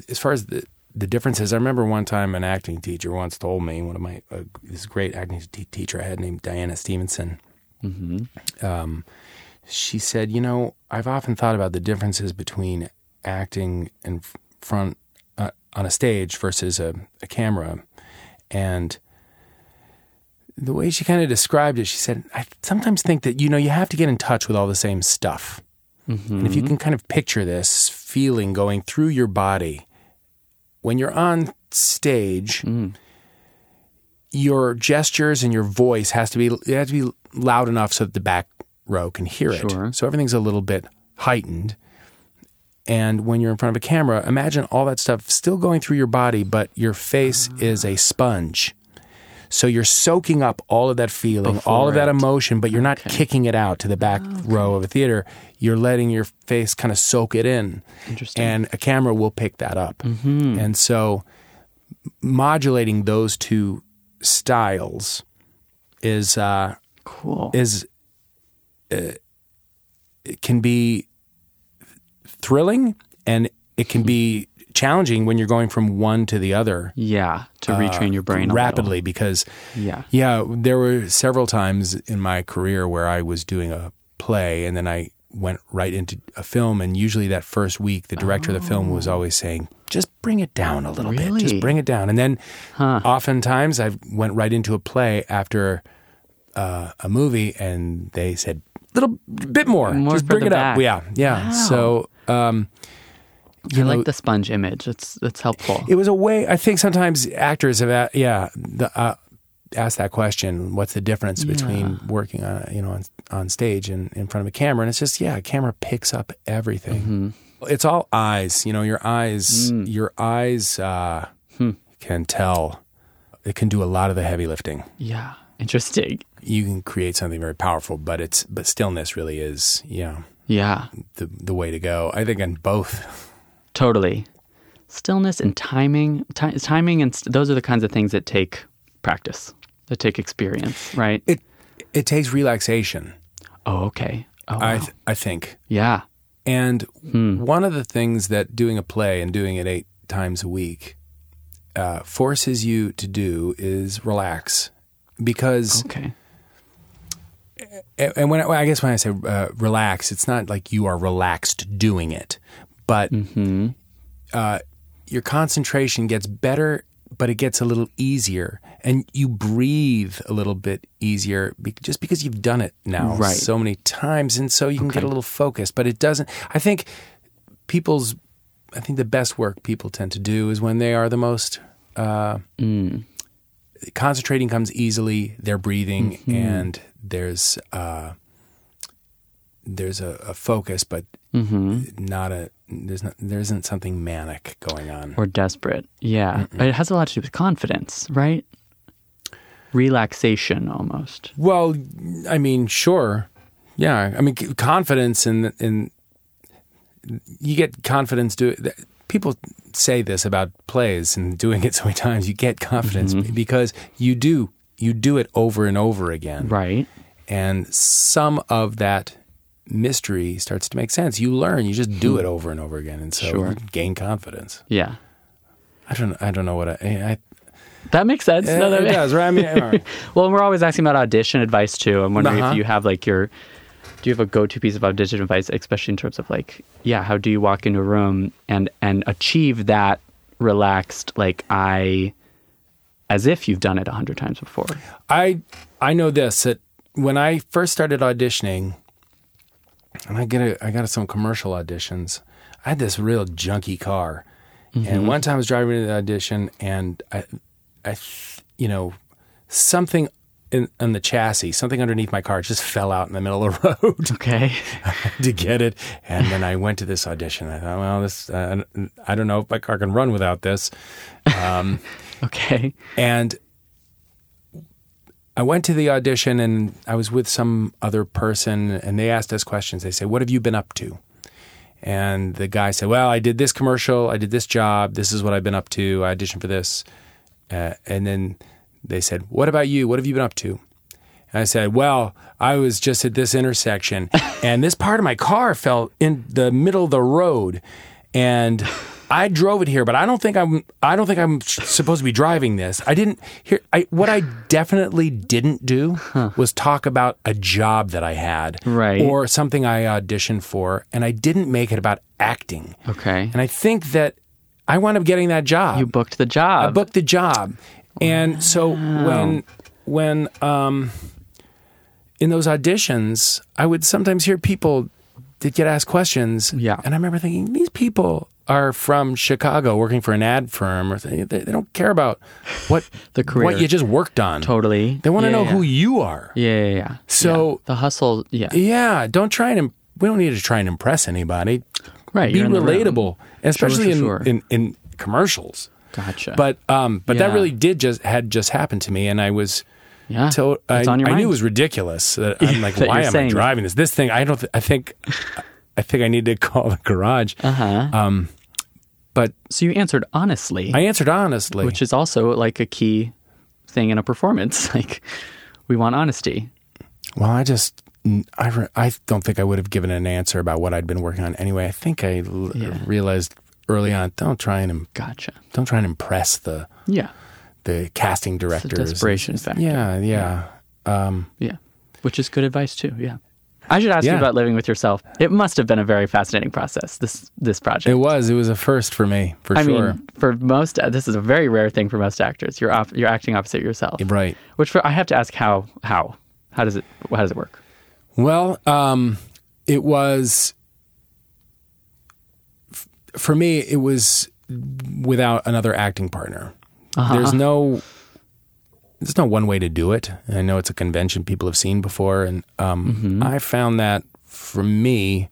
Speaker 2: as far as the the differences, I remember one time an acting teacher once told me, one of my, uh, this great acting t- teacher I had named Diana Stevenson, Um, she said, "You know, I've often thought about the differences between acting in f- front uh, on a stage versus a, a camera, and the way she kind of described it, she said, I sometimes think that you know you have to get in touch with all the same stuff,
Speaker 1: Mm-hmm.
Speaker 2: and if you can kind of picture this feeling going through your body when you're on stage." Your gestures and your voice has to be it has to be loud enough so that the back row can hear it.
Speaker 1: Sure.
Speaker 2: So everything's a little bit heightened. And when you're in front of a camera, imagine all that stuff still going through your body, but your face is a sponge. So you're soaking up all of that feeling, all of that emotion, but you're not kicking it out to the back
Speaker 1: Oh,
Speaker 2: row of a theater. You're letting your face kind of soak it in.
Speaker 1: Interesting.
Speaker 2: And a camera will pick that up.
Speaker 1: Mm-hmm.
Speaker 2: And so modulating those two styles is uh,
Speaker 1: cool.
Speaker 2: is uh, it can be thrilling and it can be challenging when you're going from one to the other
Speaker 1: yeah. To retrain your brain a little.
Speaker 2: uh, rapidly because
Speaker 1: Yeah.
Speaker 2: yeah there were several times in my career where I was doing a play and then I went right into a film and usually that first week the director of the film was always saying just bring it down a little bit
Speaker 1: Oh. Really?
Speaker 2: just bring it down and then oftentimes I went right into a play after uh, a movie and they said little bit more,
Speaker 1: More
Speaker 2: just
Speaker 1: for
Speaker 2: bring
Speaker 1: the
Speaker 2: it
Speaker 1: back.
Speaker 2: up yeah yeah so um,
Speaker 1: I like the sponge image. It's it's helpful.
Speaker 2: it was a way. I think sometimes actors have, a- yeah, the, uh, asked that question. What's the difference between working on, you know, on, on stage and in front of a camera? And it's just, yeah, a camera picks up everything. It's all eyes. You know, your eyes, your eyes uh, can tell. It can do a lot of the heavy lifting.
Speaker 1: yeah. Interesting.
Speaker 2: You can create something very powerful, but it's but stillness really is, you know,
Speaker 1: Yeah.
Speaker 2: the the way to go. I think in both.
Speaker 1: Totally. Stillness and timing. Ti- timing and st- those are the kinds of things that take practice. That take experience. Right.
Speaker 2: It it takes relaxation.
Speaker 1: oh, okay. Oh,
Speaker 2: I
Speaker 1: wow.
Speaker 2: th- I think.
Speaker 1: yeah.
Speaker 2: And one of the things that doing a play and doing it eight times a week uh, forces you to do is relax. Because,
Speaker 1: Okay.
Speaker 2: a- and when I, I guess when I say uh, relax, it's not like you are relaxed doing it, but
Speaker 1: Mm-hmm.
Speaker 2: uh, your concentration gets better, but it gets a little easier, and you breathe a little bit easier be- just because you've done it now
Speaker 1: Right.
Speaker 2: so many times, and so you can get a little focused. But it doesn't. I think people's, I think the best work people tend to do is when they are the most. Uh,
Speaker 1: Mm.
Speaker 2: Concentrating comes easily. They're breathing, and there's uh, there's a, a focus, but not a there's not there isn't something manic going on.
Speaker 1: or desperate. Yeah. It has a lot to do with confidence, right? Relaxation almost.
Speaker 2: Well, I mean, sure, yeah. I mean, c- confidence in in you get confidence. Do people say this about plays and doing it so many times? You get confidence
Speaker 1: Mm-hmm.
Speaker 2: because you do you do it over and over again,
Speaker 1: Right.
Speaker 2: and some of that mystery starts to make sense. You learn. You just do it over and over again, and so
Speaker 1: Hmm. Sure.
Speaker 2: you gain confidence.
Speaker 1: Yeah.
Speaker 2: I don't. I don't know what I. I
Speaker 1: That makes sense.
Speaker 2: yeah,
Speaker 1: No, that
Speaker 2: it
Speaker 1: ma-
Speaker 2: does, right? I mean, all right.
Speaker 1: Well, we're always asking about audition advice too. I'm wondering
Speaker 2: Uh-huh.
Speaker 1: if you have like your do you have a go-to piece of audition advice, especially in terms of like, yeah, how do you walk into a room and and achieve that relaxed like I as if you've done it a hundred times before.
Speaker 2: I I know this that when I first started auditioning, and I get a, I got some commercial auditions. I had this real junky car, and one time I was driving to the audition, and I, I, th- you know, something in, on the chassis, something underneath my car, just fell out in the middle of the road
Speaker 1: Okay.
Speaker 2: to get it. And then I went to this audition. I thought, well, this uh, I don't know if my car can run without this.
Speaker 1: okay.
Speaker 2: And I went to the audition and I was with some other person and they asked us questions. They said, What have you been up to? And the guy said, Well, I did this commercial, I did this job, this is what I've been up to, I auditioned for this. Uh, and then they said, What about you? What have you been up to? And I said, Well, I was just at this intersection and this part of my car fell in the middle of the road and I drove it here, but I don't think I'm I don't think I'm s- supposed to be driving this. I didn't here I what I definitely didn't do was talk about a job that I had
Speaker 1: Right.
Speaker 2: or something I auditioned for and I didn't make it about acting.
Speaker 1: Okay.
Speaker 2: And I think that I wound up getting that job.
Speaker 1: You booked the job.
Speaker 2: I booked the job, and so when when um, in those auditions, I would sometimes hear people that get asked questions.
Speaker 1: Yeah.
Speaker 2: and I remember thinking these people are from Chicago, working for an ad firm, or they, they they don't care about what
Speaker 1: The career.
Speaker 2: what you just worked on.
Speaker 1: totally.
Speaker 2: They want to
Speaker 1: Yeah,
Speaker 2: know
Speaker 1: yeah.
Speaker 2: who you are.
Speaker 1: Yeah, yeah, yeah.
Speaker 2: So
Speaker 1: The hustle, yeah.
Speaker 2: yeah, don't try and. im- We don't need to try and impress anybody.
Speaker 1: right.
Speaker 2: Be
Speaker 1: you're in the room.
Speaker 2: relatable, especially
Speaker 1: sure, sure.
Speaker 2: in, in in commercials.
Speaker 1: Gotcha.
Speaker 2: But um, but that
Speaker 1: Yeah.
Speaker 2: really did just had just happened to me, and I was
Speaker 1: yeah,
Speaker 2: to- I,
Speaker 1: it's on your
Speaker 2: I
Speaker 1: mind.
Speaker 2: knew it was ridiculous. That I'm like,
Speaker 1: that
Speaker 2: why
Speaker 1: you're
Speaker 2: am
Speaker 1: saying
Speaker 2: I
Speaker 1: it.
Speaker 2: driving this? This thing, I don't. Th- I think, I think I need to call the garage. Um,
Speaker 1: Uh-huh.
Speaker 2: But
Speaker 1: so you answered honestly,
Speaker 2: I answered honestly.
Speaker 1: which is also like a key thing in a performance. Like we want honesty.
Speaker 2: well, I just. I, re- I don't think I would have given an answer about what I'd been working on anyway. I think I l-
Speaker 1: Yeah.
Speaker 2: realized early on don't try and im-
Speaker 1: Gotcha.
Speaker 2: don't try and impress the
Speaker 1: Yeah.
Speaker 2: the casting directors.
Speaker 1: desperation factor.
Speaker 2: Yeah, yeah. Um,
Speaker 1: Yeah. Which is good advice too. Yeah. I should ask you
Speaker 2: Yeah.
Speaker 1: about living with yourself. It must have been a very fascinating process. This this project.
Speaker 2: it was it was a first for me for
Speaker 1: I
Speaker 2: sure.
Speaker 1: mean, for most, uh, this is a very rare thing for most actors. You're off, you're acting opposite yourself.
Speaker 2: right.
Speaker 1: Which for, I have to ask how how how does it how does it work?
Speaker 2: Well, um, it was f- for me. It was without another acting partner. There's no there's no one way to do it. And I know it's a convention people have seen before, and um, I found that for me,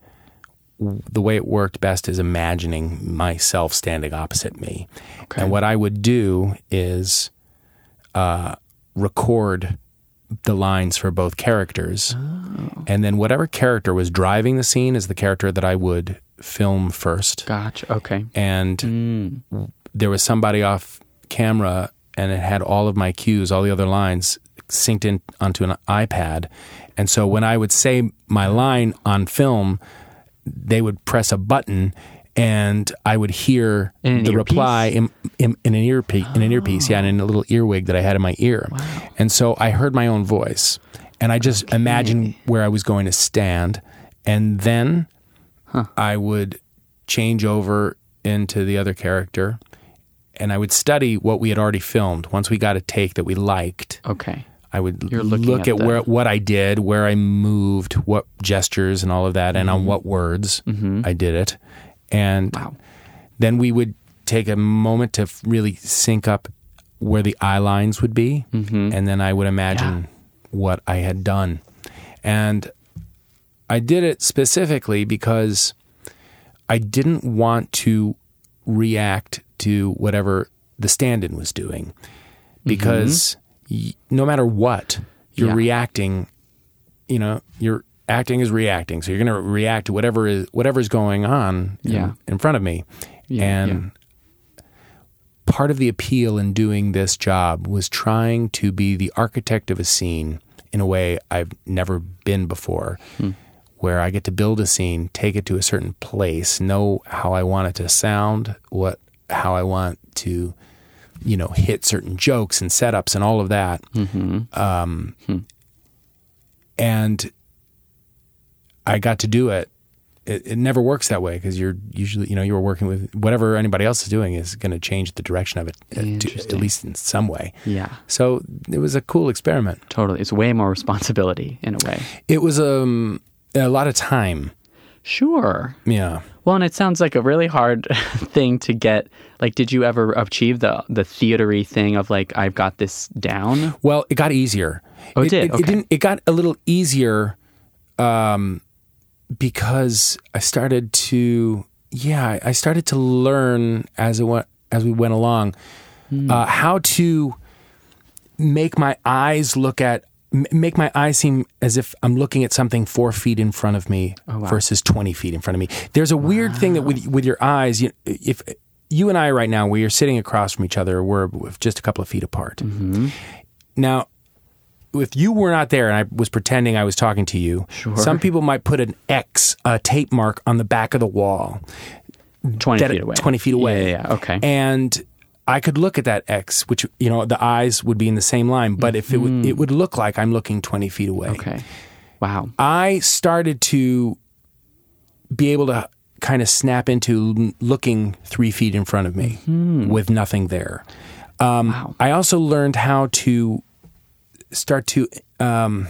Speaker 2: w- the way it worked best is imagining myself standing opposite me, and what I would do is uh, record the lines for both characters, and then whatever character was driving the scene is the character that I would film first
Speaker 1: Gotcha. Okay.
Speaker 2: and there was somebody off camera and it had all of my cues all the other lines synced in onto an ipad and so when i would say my line on film they would press a button and i would hear
Speaker 1: In an
Speaker 2: the
Speaker 1: earpiece?
Speaker 2: reply in, in, in an earpiece in an earpiece yeah and in a little earwig that i had in my ear and so i heard my own voice and i just imagined where i was going to stand and then I would change over into the other character and I would study what we had already filmed. Once we got a take that we liked,
Speaker 1: Okay.
Speaker 2: I would
Speaker 1: You're looking
Speaker 2: look
Speaker 1: at
Speaker 2: at,
Speaker 1: the-
Speaker 2: where what I did, where I moved, what gestures and all of that, and on
Speaker 1: Mm-hmm.
Speaker 2: what words I did it. And then we would take a moment to f- really sync up where the eye lines would be,
Speaker 1: Mm-hmm.
Speaker 2: and then I would imagine what I had done. And I did it specifically because I didn't want to react to whatever the stand in was doing because y- no matter what, you're
Speaker 1: Mm-hmm. Yeah.
Speaker 2: reacting, you know, you're acting is reacting. So you're going to react to whatever is whatever's going on in-
Speaker 1: Yeah.
Speaker 2: in, front of me.
Speaker 1: Yeah,
Speaker 2: and part of the appeal in doing this job was trying to be the architect of a scene in a way I've never been before,
Speaker 1: Hmm.
Speaker 2: where I get to build a scene, take it to a certain place, know how I want it to sound, what how I want to, you know, hit certain jokes and setups and all of that. Um,
Speaker 1: Mm-hmm. Hmm.
Speaker 2: And I got to do it it, it never works that way because you're usually you know you're working with whatever anybody else is doing is going to change the direction of it uh, to, at
Speaker 1: Interesting.
Speaker 2: least in some way
Speaker 1: Yeah,
Speaker 2: so it was a cool experiment
Speaker 1: totally. It's way more responsibility in a way.
Speaker 2: it was um, a lot of time
Speaker 1: Sure.
Speaker 2: yeah
Speaker 1: Well, and it sounds like a really hard thing to get. Like, did you ever achieve the the theatery thing of like I've got this down?
Speaker 2: well it got easier
Speaker 1: Oh, it did?
Speaker 2: it,
Speaker 1: Okay.
Speaker 2: didn't it got a little easier um, because i started to yeah I- i started to learn as it went as we went along
Speaker 1: Hmm.
Speaker 2: uh, how to make my eyes look at m- make my eyes seem as if I'm looking at something four feet in front of me
Speaker 1: Oh,
Speaker 2: versus twenty feet in front of me. There's a weird thing that with with your eyes, you, if you and I right now we are sitting across from each other, we're just a couple of feet apart.
Speaker 1: Mm-hmm.
Speaker 2: Now, if you were not there and I was pretending I was talking to you, some people might put an X, a tape mark on the back of the wall
Speaker 1: Twenty
Speaker 2: that-
Speaker 1: feet away.
Speaker 2: 20 feet away.
Speaker 1: Yeah, yeah, yeah. Okay.
Speaker 2: And I could look at that X, which, you know, the eyes would be in the same line, but if it, would, it would look like I'm looking 20 feet away.
Speaker 1: okay. Wow.
Speaker 2: I started to be able to kind of snap into l- looking three feet in front of me with nothing there. Um, I also learned how to start to um,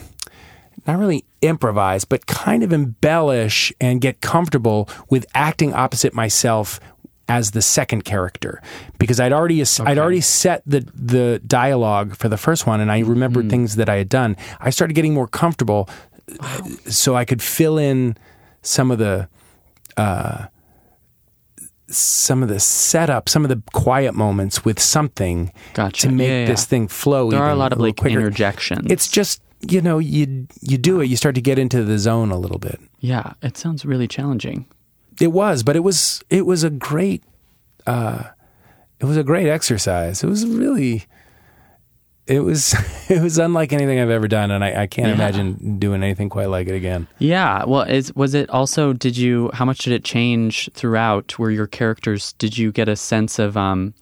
Speaker 2: not really improvise, but kind of embellish and get comfortable with acting opposite myself as the second character because I'd already ass- I'd already set the the dialogue for the first one and I remembered
Speaker 1: Hmm.
Speaker 2: things that I had done. I started getting more comfortable uh, so I could fill in some of the uh, some of the setup, some of the quiet moments with something
Speaker 1: Gotcha.
Speaker 2: to make
Speaker 1: Yeah, yeah.
Speaker 2: this thing flow.
Speaker 1: There are a
Speaker 2: even
Speaker 1: lot of
Speaker 2: little
Speaker 1: like
Speaker 2: quicker.
Speaker 1: interjections.
Speaker 2: It's just you know you you do it. You start to get into the zone a little bit.
Speaker 1: yeah. It sounds really challenging.
Speaker 2: It was, but it was it was a great uh, it was a great exercise. It was really it was it was unlike anything I've ever done, and I, I can't
Speaker 1: Yeah.
Speaker 2: imagine doing anything quite like it again.
Speaker 1: Yeah. Well, is was it also? Did you? How much did it change throughout? Were your characters? Did you get a sense of? Um,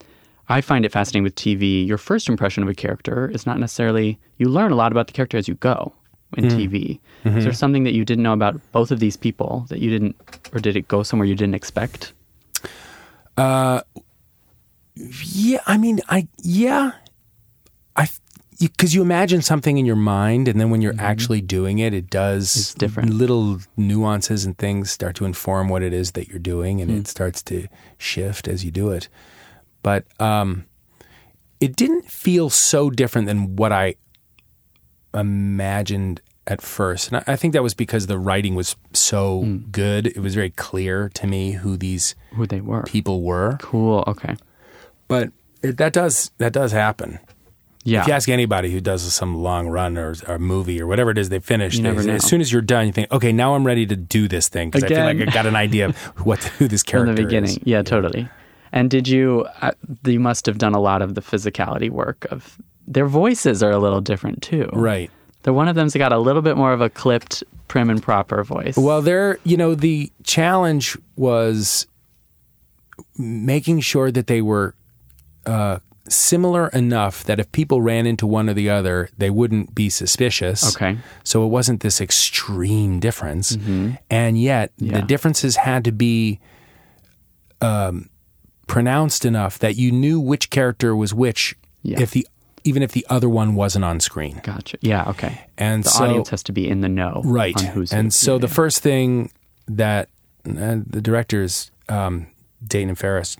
Speaker 1: I find it fascinating with TV. Your first impression of a character is not necessarily. You learn a lot about the character as you go in
Speaker 2: Hmm.
Speaker 1: TV.
Speaker 2: Mm-hmm.
Speaker 1: Is there something that you didn't know about both of these people that you didn't, or did it go somewhere you didn't expect?
Speaker 2: Yeah, I mean, I yeah, I because you, imagine something in your mind, and then when you're actually doing it, it does
Speaker 1: Mm-hmm. It's different.
Speaker 2: Little nuances and things start to inform what it is that you're doing, and
Speaker 1: Mm.
Speaker 2: it starts to shift as you do it. But um, it didn't feel so different than what I imagined at first. And I, I think that was because the writing was so
Speaker 1: Mm.
Speaker 2: good. It was very clear to me who these
Speaker 1: Who they were.
Speaker 2: people were.
Speaker 1: Cool. Okay.
Speaker 2: But it, that does that does happen.
Speaker 1: Yeah.
Speaker 2: If you ask anybody who does some long run or, or movie or whatever it is they finish,
Speaker 1: You
Speaker 2: they-
Speaker 1: never know.
Speaker 2: as soon as you're done, you think, okay, now I'm ready to do this thing because I feel
Speaker 1: Again.
Speaker 2: like I got an idea of what who this
Speaker 1: From
Speaker 2: character
Speaker 1: the beginning.
Speaker 2: is.
Speaker 1: Yeah, totally. And did you? Uh, you must have done a lot of the physicality work of. Their voices are a little different too.
Speaker 2: Right.
Speaker 1: The one of them's got a little bit more of a clipped, prim and proper voice.
Speaker 2: Well, there, you know, the challenge was making sure that they were uh, similar enough that if people ran into one or the other, they wouldn't be suspicious.
Speaker 1: Okay.
Speaker 2: So it wasn't this extreme difference. And yet
Speaker 1: Mm-hmm. Yeah.
Speaker 2: the differences had to be um, pronounced enough that you knew which character was which
Speaker 1: Yeah.
Speaker 2: if the even if the other one wasn't on screen.
Speaker 1: gotcha. Yeah, okay.
Speaker 2: And
Speaker 1: The
Speaker 2: so,
Speaker 1: audience has to be in the know,
Speaker 2: right
Speaker 1: On who's
Speaker 2: and
Speaker 1: who.
Speaker 2: so the first thing that uh, the directors um, dayton ferris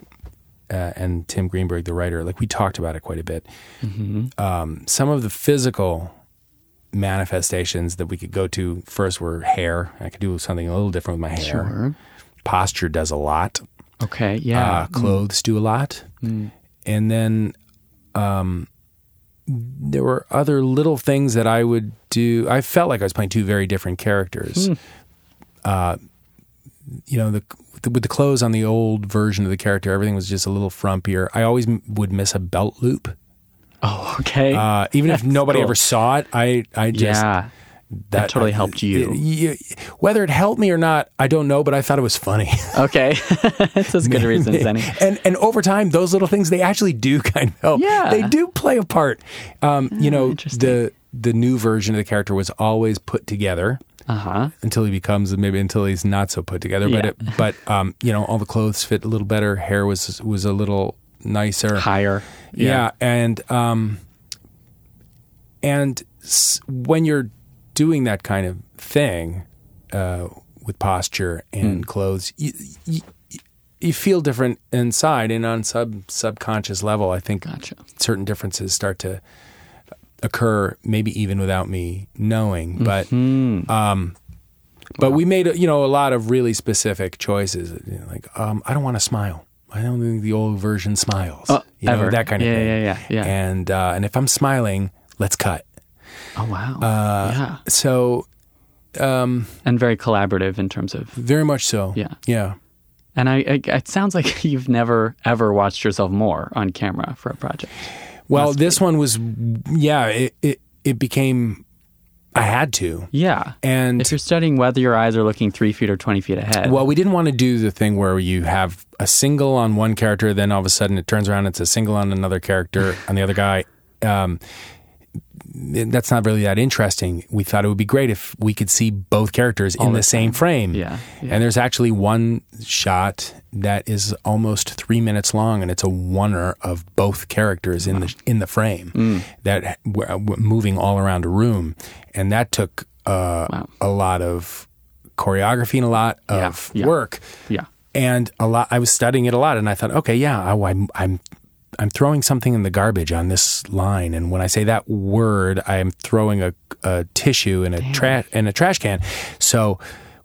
Speaker 2: uh, and tim greenberg
Speaker 1: Mm-hmm.
Speaker 2: the writer like we talked about it quite a bit um, some of the physical manifestations that we could go to first were hair. I could do something a little different with my hair. Posture does a lot.
Speaker 1: Okay. Yeah.
Speaker 2: Uh, clothes do a lot.
Speaker 1: Mm.
Speaker 2: And then um, there were other little things that I would do. I felt like I was playing two very different
Speaker 1: Hmm.
Speaker 2: characters. Uh, you know, the, with the clothes on the old version of the character, everything was just a little frumpier. I always m- would miss a belt loop.
Speaker 1: oh, okay.
Speaker 2: Uh, even if nobody
Speaker 1: cool.
Speaker 2: ever saw it, I, I just uh,
Speaker 1: yeah. That, totally helped you.
Speaker 2: Y- y- Whether it helped me or not, I don't know, but I thought it was funny.
Speaker 1: Okay. That's as good a reason as any.
Speaker 2: and and over time, those little things they actually do kind of help.
Speaker 1: Yeah. Ah,
Speaker 2: they do play a part. Um, you know, the the new version of the character was always put together
Speaker 1: Uh huh.
Speaker 2: until he becomes maybe until he's not so put together. But
Speaker 1: Yeah.
Speaker 2: it, but um, you know, all the clothes fit a little better. Hair was was a little nicer.
Speaker 1: Higher.
Speaker 2: Yeah, and um, and s- when you're doing that kind of thing uh, with posture and clothes, you, you, you feel different inside and on sub subconscious level. I think
Speaker 1: Gotcha.
Speaker 2: certain differences start to occur, maybe even without me knowing. But
Speaker 1: Mm-hmm.
Speaker 2: um, but we made you know a lot of really specific choices, you know, like um, I don't want to smile. I don't think the old version smiles.
Speaker 1: Oh,
Speaker 2: you know,
Speaker 1: ever.
Speaker 2: that kind of
Speaker 1: Yeah,
Speaker 2: thing.
Speaker 1: yeah, yeah, yeah.
Speaker 2: And uh, and if I'm smiling, let's cut.
Speaker 1: Oh wow.
Speaker 2: uh,
Speaker 1: yeah.
Speaker 2: So um,
Speaker 1: And very collaborative in terms of.
Speaker 2: very much so.
Speaker 1: Yeah.
Speaker 2: Yeah.
Speaker 1: And I, I it sounds like you've never ever watched yourself more on camera for a project.
Speaker 2: Well, this one was yeah. It, it it became I had to
Speaker 1: Yeah.
Speaker 2: and
Speaker 1: if you're studying whether your eyes are looking three feet or 20 feet ahead.
Speaker 2: Well, we didn't want to do the thing where you have a single on one character, then all of a sudden it turns around, it's a single on another character, on the other guy. Um, that's not really that interesting. We thought it would be great if we could see both characters in the same frame.
Speaker 1: Yeah, yeah.
Speaker 2: And there's actually one shot that is almost three minutes long, and it's a oneer of both characters in the in the frame
Speaker 1: Mm.
Speaker 2: that were were moving all around a room, and that took uh,
Speaker 1: Wow.
Speaker 2: a lot of choreography and a lot of
Speaker 1: yeah.
Speaker 2: work.
Speaker 1: yeah.
Speaker 2: And a lot, I was studying it a lot, and I thought, okay, yeah, oh, I'm, I'm, I'm throwing something in the garbage on this line, and when I say that word, I am throwing a, a tissue in a trash in a trash can. So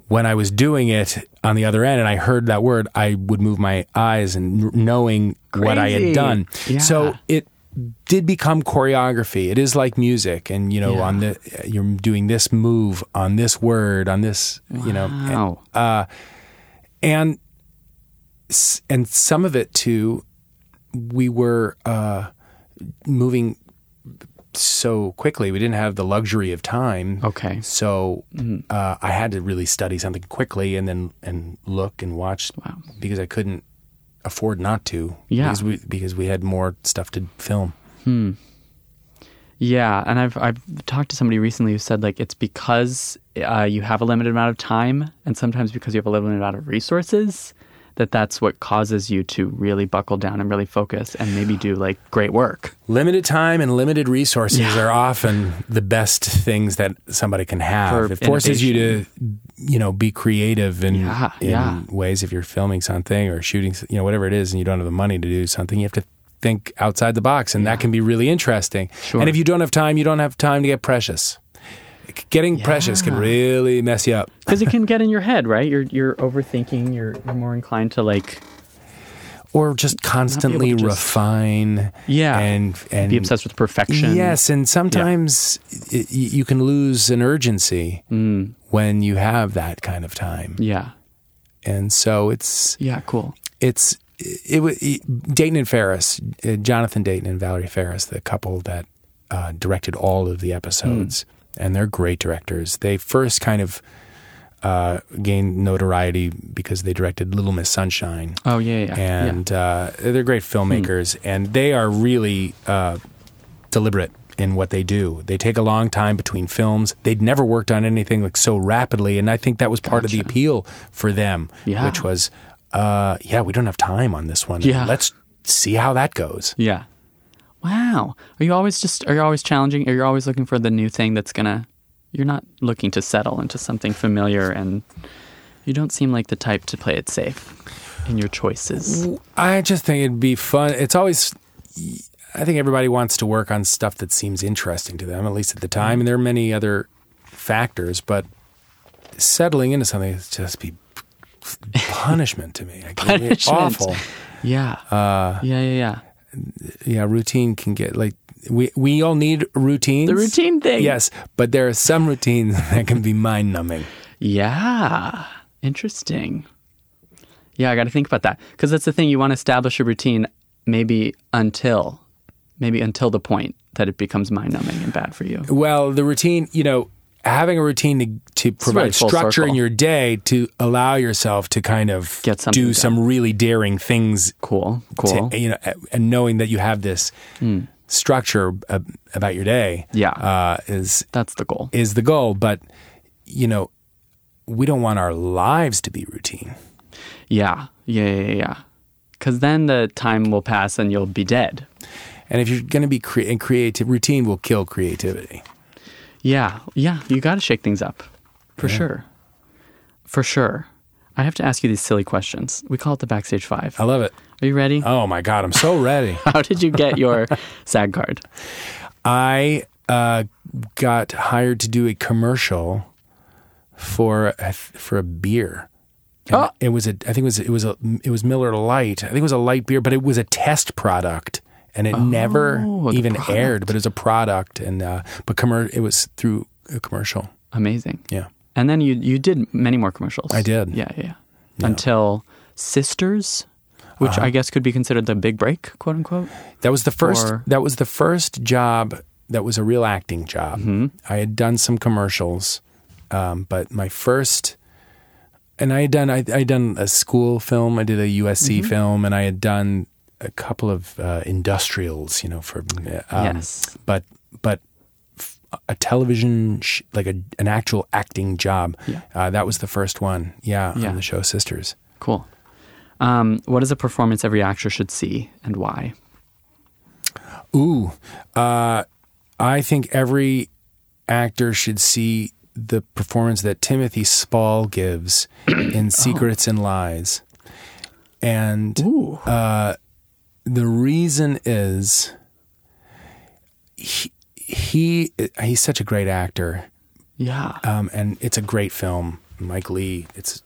Speaker 2: when I was doing it on the other end, and I heard that word, I would move my eyes and knowing what I had
Speaker 1: Crazy.
Speaker 2: done. So
Speaker 1: Yeah.
Speaker 2: it did become choreography. It is like music, and you know, on the you're doing this move on this word on this, you know, and-
Speaker 1: Wow.
Speaker 2: and s- and some of it too, we were uh, moving so quickly. We didn't have the luxury of time.
Speaker 1: Okay. Mm-hmm.
Speaker 2: So uh, I had to really study something quickly and then and look and watch
Speaker 1: Wow.
Speaker 2: because I couldn't afford not to.
Speaker 1: Yeah.
Speaker 2: Because we, because we had more stuff to film.
Speaker 1: Yeah, and I've I've talked to somebody recently who said like it's because uh, you have a limited amount of time, and sometimes because you have a limited amount of resources, that that's what causes you to really buckle down and really focus and maybe do like great work.
Speaker 2: Limited time and limited resources are often the best things that somebody can have.
Speaker 1: For
Speaker 2: it forces you to, you know, be creative in,
Speaker 1: Yeah,
Speaker 2: in
Speaker 1: yeah.
Speaker 2: ways. If you're filming something or shooting, s- you know, whatever it is, and you don't have the money to do something, you have to think outside the box, and that can be really interesting. And if you don't have time, you don't have time to get precious. C- Getting precious can really mess you up.
Speaker 1: Because it can get in your head, right? You're you're overthinking. You're you're more inclined to like
Speaker 2: or just constantly
Speaker 1: just-
Speaker 2: refine
Speaker 1: Yeah.
Speaker 2: and and
Speaker 1: be obsessed with perfection.
Speaker 2: yes and sometimes i y you can lose an urgency when you have that kind of time
Speaker 1: Mm, Yeah.
Speaker 2: and so it's
Speaker 1: Yeah. Cool.
Speaker 2: it's it, wa- Dayton and Ferris, uh, Jonathan Dayton and Valerie Ferris, the couple that uh, directed all of the episodes, and they're great directors. They first kind of uh, gained notoriety because they directed Little Miss Sunshine
Speaker 1: Oh yeah. Yeah. yeah. Hmm.
Speaker 2: and uh, they're great filmmakers, and they are really uh, deliberate in what they do. They take a long time between films. They'd never worked on anything like so rapidly, and I think that was part of the appeal for them,
Speaker 1: Yeah.
Speaker 2: which was, uh, yeah, we don't have time on this one.
Speaker 1: Yeah.
Speaker 2: let's see how that goes.
Speaker 1: Yeah. Wow. Are you always just are you always challenging? Are you always looking for the new thing that's gonna you're not looking to settle into something familiar and you don't seem like the type to play it safe in your choices.
Speaker 2: I just think it'd be fun. It's always I think everybody wants to work on stuff that seems interesting to them, at least at the time. And there are many other factors, but settling into something is just be punishment to me. It's
Speaker 1: Punishment.
Speaker 2: awful.
Speaker 1: Yeah. Uh, yeah, yeah, yeah.
Speaker 2: Yeah, routine can get like we we all need routines.
Speaker 1: The routine thing.
Speaker 2: Yes, but there are some routines that can be mind numbing.
Speaker 1: Yeah. Interesting. Yeah, I got to think about that because that's the thing. You want to establish a routine, maybe until, maybe until the point that it becomes mind numbing and bad for you.
Speaker 2: Well, the routine, you know, having a routine to, to
Speaker 1: really
Speaker 2: provide
Speaker 1: full
Speaker 2: structure in
Speaker 1: circle.
Speaker 2: your day to allow yourself to kind of
Speaker 1: Get something
Speaker 2: do
Speaker 1: done.
Speaker 2: some really daring things,
Speaker 1: Cool. Cool. Hmm.
Speaker 2: to, you know, and knowing that you have this structure uh, about your day,
Speaker 1: Yeah.
Speaker 2: uh, is
Speaker 1: that's the goal.
Speaker 2: is the goal. But you know, we don't want our lives to be routine.
Speaker 1: Yeah. Yeah. Yeah. Yeah. Because then the time will pass and you'll be dead.
Speaker 2: And if you're going to be cre- and creative, routine will kill creativity.
Speaker 1: Yeah, yeah, you got to shake things up. For sure. For sure. I have to ask you these silly questions. We call it the Backstage Five.
Speaker 2: I love it.
Speaker 1: Are you ready?
Speaker 2: Oh my god, I'm so ready.
Speaker 1: How did you get your SAG card?
Speaker 2: I uh, got hired to do a commercial for a, for a beer. And
Speaker 1: Oh.
Speaker 2: It was a I think it was it was a it was Miller Light. I think it was a light beer, but it was a test product, and it never
Speaker 1: a
Speaker 2: even aired. But it was a product, and uh, but commer- it was through a commercial.
Speaker 1: Amazing.
Speaker 2: Yeah,
Speaker 1: And then you you did many more commercials.
Speaker 2: I did.
Speaker 1: Yeah, yeah. yeah. Until Sisters, which
Speaker 2: Uh-huh.
Speaker 1: I guess could be considered the big break, quote unquote.
Speaker 2: that was the first.
Speaker 1: Or-
Speaker 2: that was the first job that was a real acting job.
Speaker 1: Mm-hmm.
Speaker 2: I had done some commercials, um, but my first. and I had done I, I had done a school film. I did a USC
Speaker 1: Mm-hmm.
Speaker 2: film, and I had done a couple of uh, industrials, you know, for uh, um,
Speaker 1: Yes.
Speaker 2: But but f- a television sh- like a, an actual acting job.
Speaker 1: Yeah.
Speaker 2: Uh, that was the first one. Yeah,
Speaker 1: Yeah.
Speaker 2: on the show Sisters.
Speaker 1: Cool. Um, what is a performance every actor should see and why?
Speaker 2: Ooh, uh, I think every actor should see the performance that Timothy Spall gives in Secrets and Lies, and
Speaker 1: Ooh.
Speaker 2: the reason is he he he's such a great actor,
Speaker 1: yeah.
Speaker 2: um, and it's a great film. Mike Lee, it's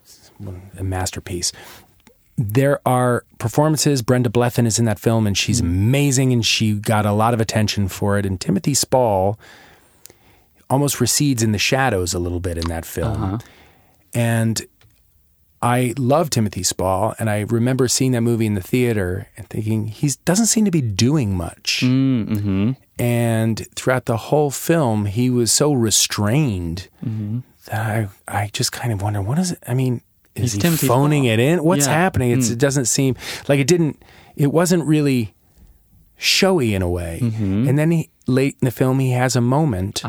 Speaker 2: a masterpiece. There are performances. Brenda Blethyn is in that film, and she's amazing, and she got a lot of attention for it. And Timothy Spall almost recedes in the shadows a little bit in that film, and. I love Timothy Spall, and I remember seeing that movie in the theater and thinking he doesn't seem to be doing much.
Speaker 1: Mm-hmm.
Speaker 2: And throughout the whole film, he was so restrained
Speaker 1: Mm-hmm.
Speaker 2: that I, I just kind of wonder what is it? I mean,
Speaker 1: He's
Speaker 2: is he
Speaker 1: Timothy
Speaker 2: phoning it in? What's
Speaker 1: Yeah. Hmm.
Speaker 2: happening? It's, It doesn't seem like it didn't, it wasn't really showy in a way.
Speaker 1: Mm-hmm.
Speaker 2: And then he, late in the film, he has a moment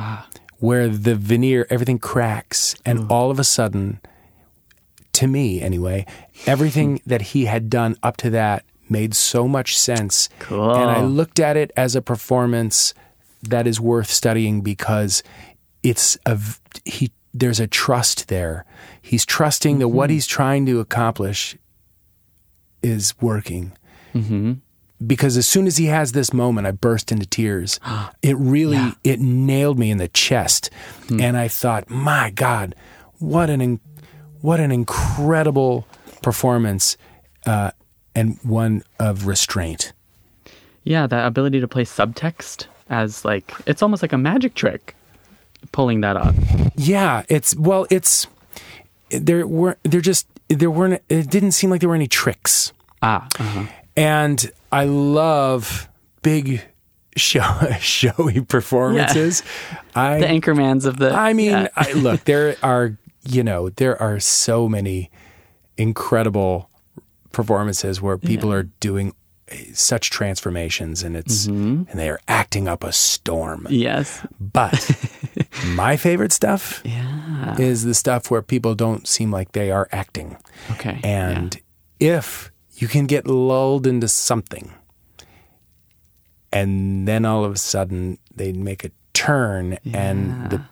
Speaker 2: where the veneer, everything cracks, and all of a sudden, to me anyway, everything that he had done up to that made so much sense.
Speaker 1: Cool.
Speaker 2: And I looked at it as a performance that is worth studying because it's a v- he there's a trust there. He's trusting that what he's trying to accomplish is working. Because as soon as he has this moment, I burst into tears. It really it nailed me in the chest, and I thought, my God, what an in- what an incredible performance, uh, and one of restraint.
Speaker 1: Yeah, that ability to play subtext as like it's almost like a magic trick pulling that off.
Speaker 2: Yeah, it's well, it's there were there just there weren't it didn't seem like there were any tricks.
Speaker 1: Ah,
Speaker 2: And I love big show, showy performances. I
Speaker 1: the anchormans of the
Speaker 2: I mean,
Speaker 1: yeah.
Speaker 2: I, look, there are you know there are so many incredible performances where people are doing eh, such transformations, and it's
Speaker 1: Mm-hmm.
Speaker 2: and they are acting up a storm.
Speaker 1: yes.
Speaker 2: But my favorite stuff
Speaker 1: Yeah.
Speaker 2: is the stuff where people don't seem like they are acting.
Speaker 1: Okay.
Speaker 2: And if you can get lulled into something, and then all of a sudden they make a turn, and the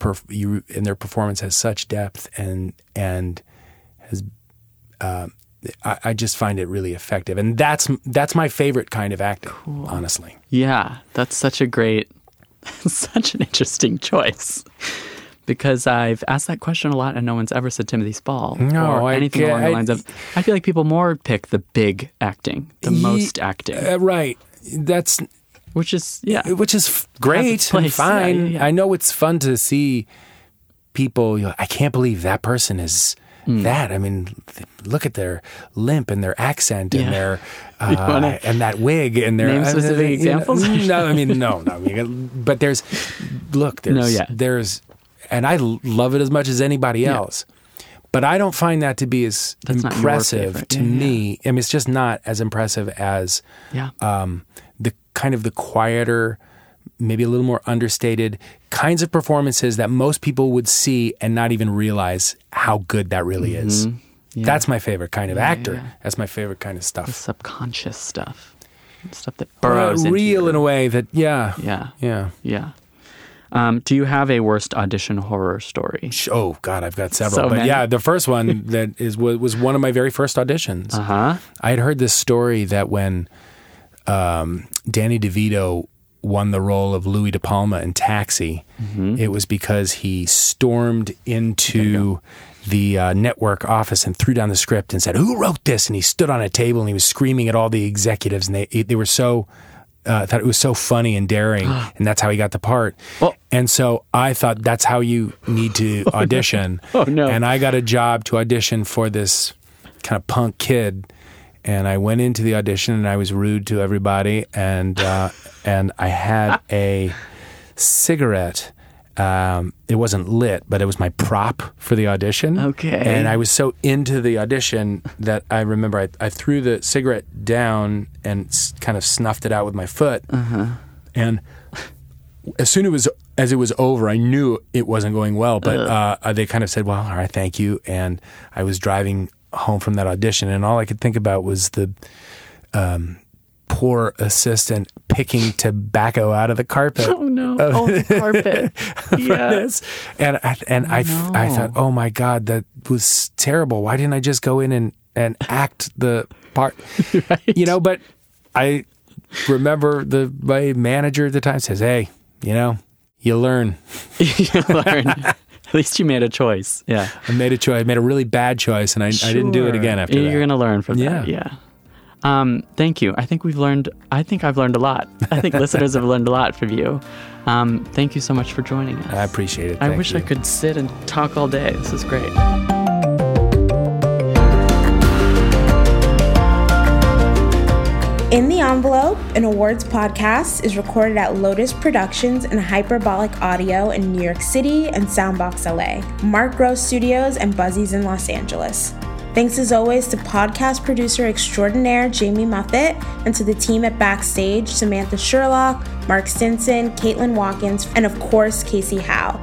Speaker 2: perf- you, and their performance has such depth and and has uh, I, I just find it really effective, and that's that's my favorite kind of acting, honestly.
Speaker 1: Yeah, that's such a great, such an interesting choice. Because I've asked that question a lot, and no one's ever said Timothy Spall
Speaker 2: No,
Speaker 1: or
Speaker 2: I
Speaker 1: anything
Speaker 2: get-
Speaker 1: along the
Speaker 2: I-
Speaker 1: lines of. I feel like people more pick the big acting, the
Speaker 2: Ye-
Speaker 1: most acting,
Speaker 2: Uh, right. That's
Speaker 1: which is yeah,
Speaker 2: which is f-
Speaker 1: Has
Speaker 2: great
Speaker 1: its
Speaker 2: and
Speaker 1: place.
Speaker 2: fine.
Speaker 1: Yeah, yeah, yeah.
Speaker 2: I know it's fun to see people. You're like, I can't believe that person is
Speaker 1: Mm.
Speaker 2: that. I mean, th- look at their limp and their accent
Speaker 1: Yeah.
Speaker 2: and their uh,
Speaker 1: wanna
Speaker 2: and that wig and their
Speaker 1: name specific
Speaker 2: I mean, you know,
Speaker 1: examples?
Speaker 2: no, I mean no, no. you know, But there's look, there's
Speaker 1: No, yeah.
Speaker 2: there's, and I l- love it as much as anybody else. But I don't find that to be as
Speaker 1: That's not your
Speaker 2: impressive
Speaker 1: favorite.
Speaker 2: to
Speaker 1: Yeah, yeah.
Speaker 2: me. I mean, it's just not as impressive as
Speaker 1: yeah,
Speaker 2: um, the kind of the quieter, maybe a little more understated kinds of performances that most people would see and not even realize how good that really
Speaker 1: Mm-hmm.
Speaker 2: is. That's my favorite kind of actor. That's my favorite kind of stuff.
Speaker 1: subconscious stuff, stuff that
Speaker 2: Uh,
Speaker 1: burrows into
Speaker 2: real
Speaker 1: your-
Speaker 2: in a way that, yeah,
Speaker 1: Yeah,
Speaker 2: yeah.
Speaker 1: yeah. Um, do you have a worst audition horror story?
Speaker 2: Sh- Oh God, I've got several.
Speaker 1: So
Speaker 2: but
Speaker 1: many.
Speaker 2: yeah, the first one that is wa- was one of my very first auditions.
Speaker 1: Uh huh.
Speaker 2: I had heard this story that when um, Danny DeVito won the role of Louis De Palma in Taxi,
Speaker 1: Mm-hmm.
Speaker 2: it was because he stormed into the uh, network office and threw down the script and said, "Who wrote this?" And he stood on a table and he was screaming at all the executives, and they they were so. Uh, thought it was so funny and daring, and that's how he got the part.
Speaker 1: Oh.
Speaker 2: And so I thought that's how you need to audition.
Speaker 1: Oh, no.
Speaker 2: And I got a job to audition for this kind of punk kid, and I went into the audition and I was rude to everybody, and uh, and I had a cigarette. Um, it wasn't lit, but it was my prop for the audition.
Speaker 1: Okay.
Speaker 2: And I was so into the audition that I remember I, I threw the cigarette down and s- kind of snuffed it out with my foot. And as soon it was as it was over, I knew it wasn't going well. But uh, they kind of said, "Well, all right, thank you." And I was driving home from that audition, and all I could think about was the um, poor assistant picking tobacco out of the carpet.
Speaker 1: Oh no! Oh, the carpet. yeah.
Speaker 2: Yes. And I, and I, f- I
Speaker 1: no.
Speaker 2: thought, oh my God, that was terrible. Why didn't I just go in and, and act the part? You know, but I remember the my manager at the time says, hey, you know, you learn.
Speaker 1: you learn. At least you made a choice. Yeah.
Speaker 2: I made a choice. I made a really bad choice and I, I didn't do it
Speaker 1: Sure.
Speaker 2: again after
Speaker 1: You're
Speaker 2: that.
Speaker 1: gonna learn from that. Yeah. Um, thank you. I think we've learned. I think I've learned a lot. I think listeners have learned a lot from you. Um, thank you so much for joining us.
Speaker 2: I appreciate it.
Speaker 1: I
Speaker 2: Thank
Speaker 1: wish I
Speaker 2: you.
Speaker 1: could sit and talk all day. This is great.
Speaker 5: In the Envelope, an awards podcast, is recorded at Lotus Productions and Hyperbolic Audio in New York City and Soundbox LA, Mark Gross Studios, and Buzzies in Los Angeles. Thanks as always to podcast producer extraordinaire Jamie Muffett and to the team at Backstage Samantha Sherlock, Mark Stinson, Caitlin Watkins, and of course, Casey Howe.